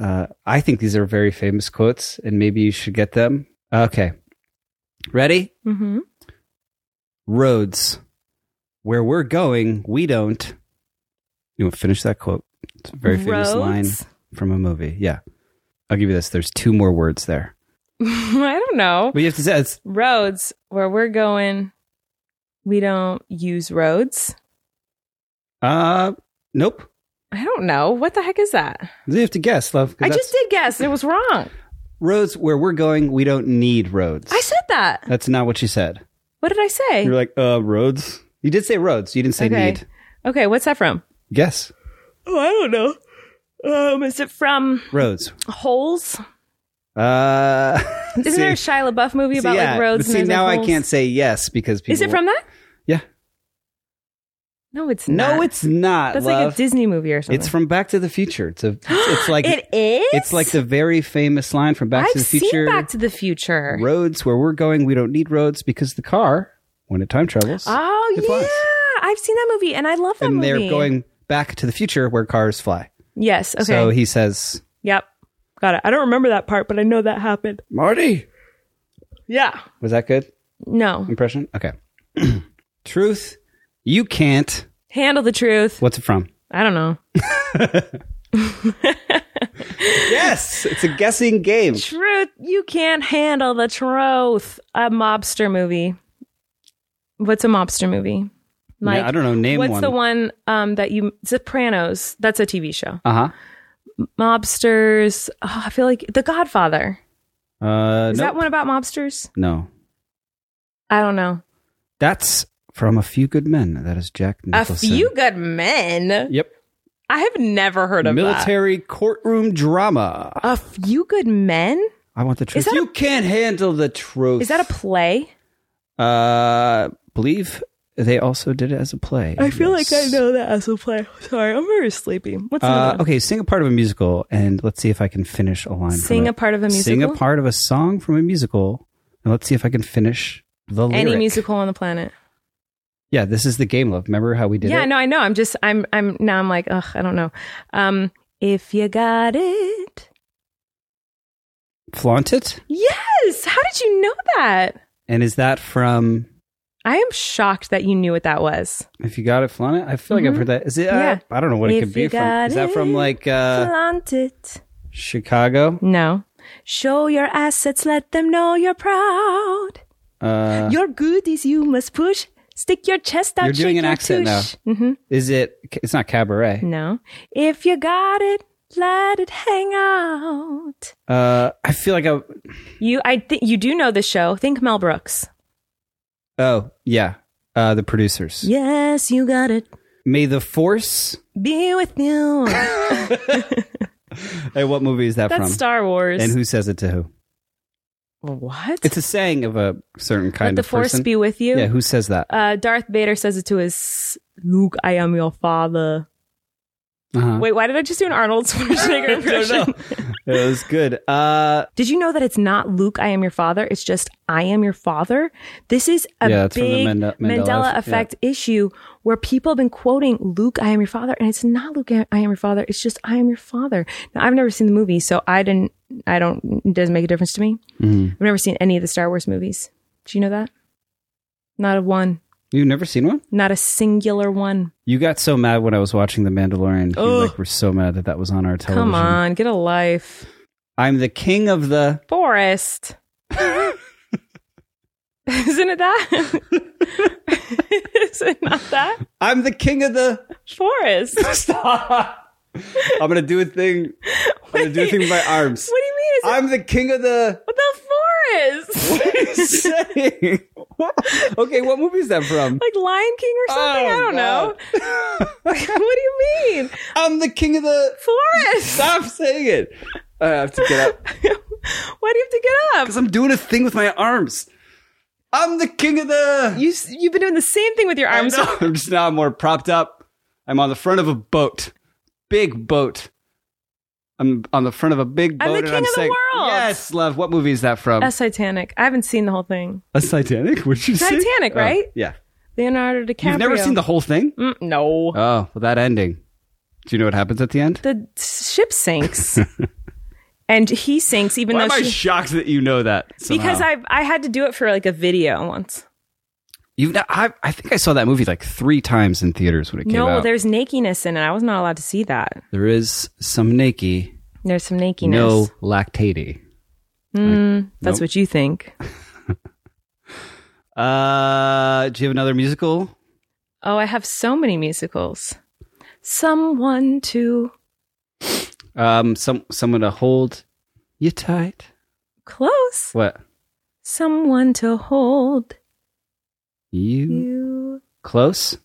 uh, i think these are very famous quotes and maybe you should get them okay ready Mm-hmm. roads where we're going we don't you want to finish that quote it's a very famous line from a movie yeah i'll give you this there's two more words there [laughs] I don't know. but you have to say it's Roads where we're going, we don't use roads. uh nope I don't know. What the heck is that? you have to guess love 'cause I that's- just did guess. It was wrong. roads where we're going we don't need roads [laughs] I said that. that's not what you said What did I say? you were like uh roads you did say roads you didn't say Okay. need Okay, what's that from? guess Oh, I don't know. Um, is it from Roads. Holes? Uh, [laughs] Isn't see- there a Shia LaBeouf movie see, about yeah, like roads? but See, and there's, like, now I holes? can't say yes because people. Is it from that? Yeah. No, it's not. No, it's not. that's love. like a Disney movie or something. It's from Back to the Future. It's a. It's, [gasps] it's like it is. it's like the very famous line from Back I've to the seen Future. Back to the Future. roads where we're going, we don't need roads because the car, when it time travels, oh It yeah, flies. I've seen that movie and I love that and movie. they're going back to the future where cars fly. Yes. Okay. So he says, yep. Got it. I don't remember that part, but I know that happened. "Marty, Yeah. was that good No. impression? Okay. [clears throat] Truth, you can't. Handle the truth. What's it from? I don't know. Yes, it's a guessing game. truth. You can't handle the truth. A mobster movie. What's a mobster movie? Like, yeah, I don't know. Name what's one. the one um, that you Sopranos? That's a TV show. Uh Mobsters. Oh, I feel like The Godfather. huh. Uh, Is nope. that one about mobsters? No, I don't know. that's from A Few Good Men. That is Jack Nicholson. A few good men. Yep. I have never heard of that. Military courtroom drama. A few good men. I want the truth. that a- you can't handle the truth. Is that a play? a? Uh, believe they also did it as a play. Yes. that as a play. Sorry, I'm very sleepy. What's Uh, okay, sing a part of a musical, and let's see if I can finish a line. from Sing it. a part of a musical. Sing a part of a song from a musical, and let's see if I can finish the lyric. Any musical on the planet. Yeah, this is the game, love. Remember how we did yeah, it? no, I know. I'm just, I'm, I'm, now I'm like, ugh, I don't know. Um, if you got it. Flaunt it. Yes. How did you know that? And is that from I am shocked that you knew what that was. If you got it, flaunt it. I feel like I've heard that. Is it? Uh, Mm-hmm. Yeah. I don't know what it If could be you from. got Is that from it, like uh, Flaunt it. Chicago? No. Show your assets, let them know you're proud. Uh, your goodies you must push. Stick your chest out. You're shake doing an your accent now. tush. Mhm. is it? It's not cabaret. No. If you got it, let it hang out. Uh, I feel like I. You, I think you do know the show. Think Mel Brooks. Oh yeah, uh, the producers. Yes, you got it. May the Force. Be with [laughs] you. Hey, what movie is that That's from? Star Wars. and who says it to who? what? It's a saying of a certain kind let the of force person. be with you. yeah, who says that? uh, Darth Vader says it to his Luke. I am your father. Uh-huh. [laughs] Wait, why did I just do an Arnold [laughs] Schwarzenegger impression? It was good. Uh, Did you know that it's not Luke, I am your father? It's just I am your father. This is a Yeah, it's from the big Manda- Mandela Mandela, Eff- yeah. effect issue where people have been quoting Luke, I am your father, and it's not Luke, I am your father. It's just I am your father. Now I've never seen the movie, so I didn't. I don't. It doesn't make a difference to me. Mm-hmm. I've never seen any of the Star Wars movies. Do you know that? Not a one. you've never seen one? Not a singular one. You got so mad when I was watching The Mandalorian. You Ugh. like were so mad that that was on our television. Come on, get a life, I'm the king of the. Forrest. Isn't it that? Is it not that? I'm the king of the. [laughs] Forest. What Stop. I'm gonna do a thing. I'm gonna do a thing with my arms. do you mean? Is I'm the king of the. [laughs] it the forest? What are you saying? What? [laughs] Okay, what movie is that from? Like Lion King or Oh, something? I don't know. know. [laughs] what do you mean? [laughs] I'm the king of the. Forest. Stop saying it. I have to get up [laughs] Why do you have to get up? because I'm doing a thing with my arms. I'm the king of the. You, s- you've been doing the same thing with your arms. I know. [laughs] I'm just now more propped up. I'm on the front of a boat, big boat. I'm on the front of a big boat. I'm the and king I'm of the saying, world. Yes, love. What movie is that [laughs] from? That's Titanic. I haven't seen the whole thing. A Titanic? Would you say? Titanic, Oh, right? yeah. Leonardo DiCaprio. You've never seen the whole thing? Mm, no. Oh, well, that ending. Do you know what happens at the end? the ship [laughs] sinks. and he sinks even Why am though I she- shocked that you know that? somehow? because I I had to do it for like a video once. you've not, I, I think I saw that movie like three times in theaters when it came No, out. there's nakedness in it. I was not allowed to see that. there is some nakey, There's some no nakedness. lactatey. Mm, that's Nope. what you think. Uh, do you have another musical? Oh, I have so many musicals. Someone to Um, some someone to hold you tight. close. What Someone to hold you you close?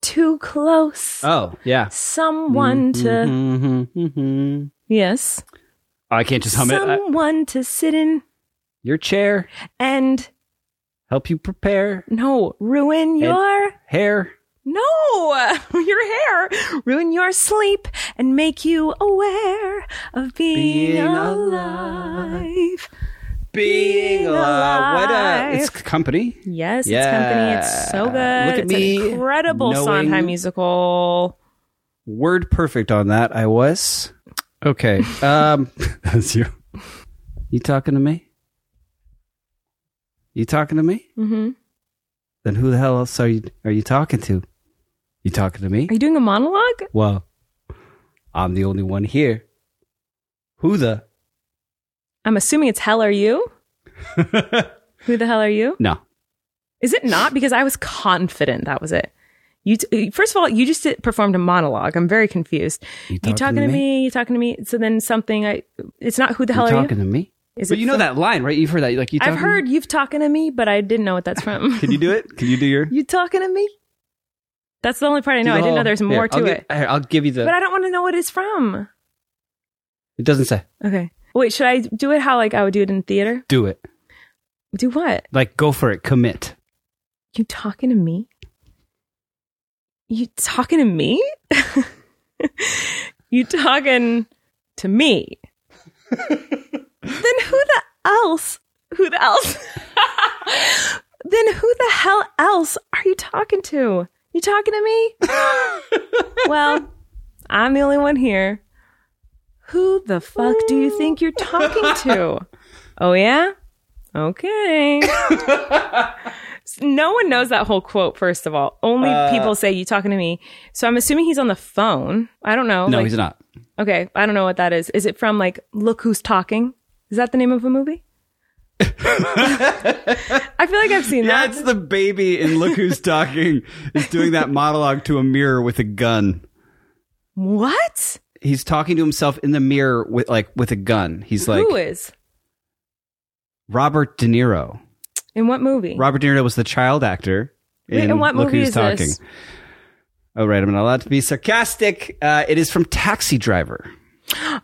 too close. Oh yeah. Someone Mm-hmm, to Mhm. yes. Oh, I can't just hum it. I- Someone to sit in your chair and help you prepare no ruin your hair. no [laughs] your hair ruin your sleep and make you aware of being, Being alive. Being alive. What a it's company. Yes, Yeah. it's company. It's so Look good. at it's me an incredible knowing- Sondheim musical. Word perfect on that. I was okay. Um, [laughs] that's you. You talking to me? You talking to me? Mm-hmm. Then who the hell else are you are you talking to? You talking to me? Are you doing a monologue? Well, I'm the only one here. [laughs] Who the? I'm assuming it's hell are you? Who the hell are you? No. Is it not? Because I was confident that was it. You t- first of all, you just did, performed a monologue. I'm very confused. You talking, to me? You talking to me? So then something I it's not who the hell you are talking you? to me? Is but you know some- that line, right? You've heard that. Like you. I've talking- heard you've talking to me, but I didn't know what that's from. [laughs] Can you do it? Can you do your? [laughs] you talking to me? That's the only part I know. do the I didn't know whole- there's Oh, Here, more I'll to gi- it. here, I'll give you the. But I don't want to know what it's from. it doesn't say. Okay. Wait, should I do it how like I would do it in theater? Do it. Do what? Like go for it. Commit. You talking to me? You talking to me? you talking to [laughs] me? then who the else? Who the else? [laughs] then who the hell else are you talking to? You talking to me? [laughs] well, I'm the only one here. Who the fuck do you think you're [laughs] talking to? Oh yeah? Okay. No one knows that whole quote, first of all. Only Uh, people say, You talking to me? So I'm assuming he's on the phone. I don't know. No, like- he's not. Okay. I don't know what that is. Is it from like Look Who's Talking? Is that the name of a [laughs] movie? I feel like I've seen Yeah, that. it's the baby in Look [laughs] Who's Talking is doing that monologue to a mirror with a gun. What? He's talking to himself in the mirror with like with a gun. He's like Who is? Robert De Niro. In what movie? Robert De Niro was the child actor. Wait, In and what Look movie Who's is Talking. this? Oh, right. I'm not allowed to be sarcastic. Uh, it is from Taxi Driver.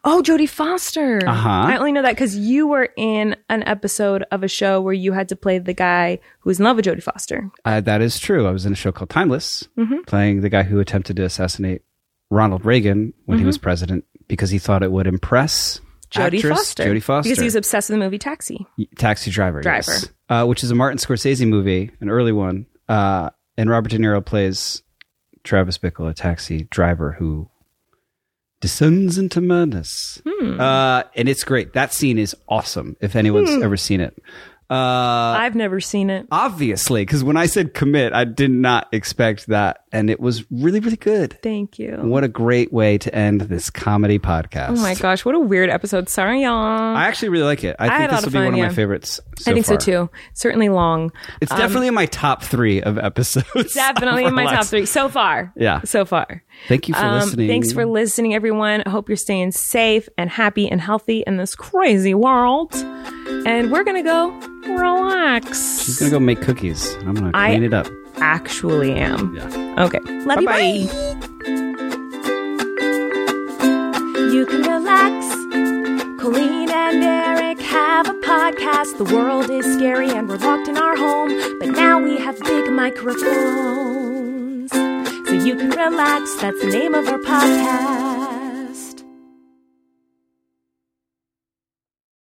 Oh, Jodie Foster. Uh-huh. I only know that because you were in an episode of a show where you had to play the guy who was in love with Jodie Foster. Uh, that is true. I was in a show called Timeless, Mm-hmm. playing the guy who attempted to assassinate Ronald Reagan when he was president because he thought it would impress Mm-hmm. Jodie actress Foster. Jodie Foster. Because he was obsessed with the movie Taxi. Taxi Driver. Driver. yes. Uh, which is a Martin Scorsese movie, an early one. Uh, and Robert De Niro plays Travis Bickle, a taxi driver who descends into madness. Hmm. Uh, and it's great. That scene is awesome if anyone's Hmm. ever seen it. Uh, I've never seen it. obviously, because when I said commit, I did not expect that. And it was really, really good. Thank you. What a great way to end this comedy podcast. Oh my gosh, what a weird episode. Sorry, y'all. I actually really like it. I, had a lot think this will of be fun, one of yeah. my favorites. I think far. so too. Certainly long. It's definitely in my top three of episodes. Um, [laughs] Definitely of in my top Relax. three so far. Yeah. So far. Um, Thank you for listening. Thanks for listening, everyone. I hope you're staying safe and happy and healthy in this crazy world. And we're going to go relax. She's gonna go make cookies. I'm gonna I- clean it up. actually am. Okay. Love you. Bye. You can relax. Colleen and Eric have a podcast. The world is scary and we're locked in our home, but now we have big microphones. So you can relax. That's the name of our podcast.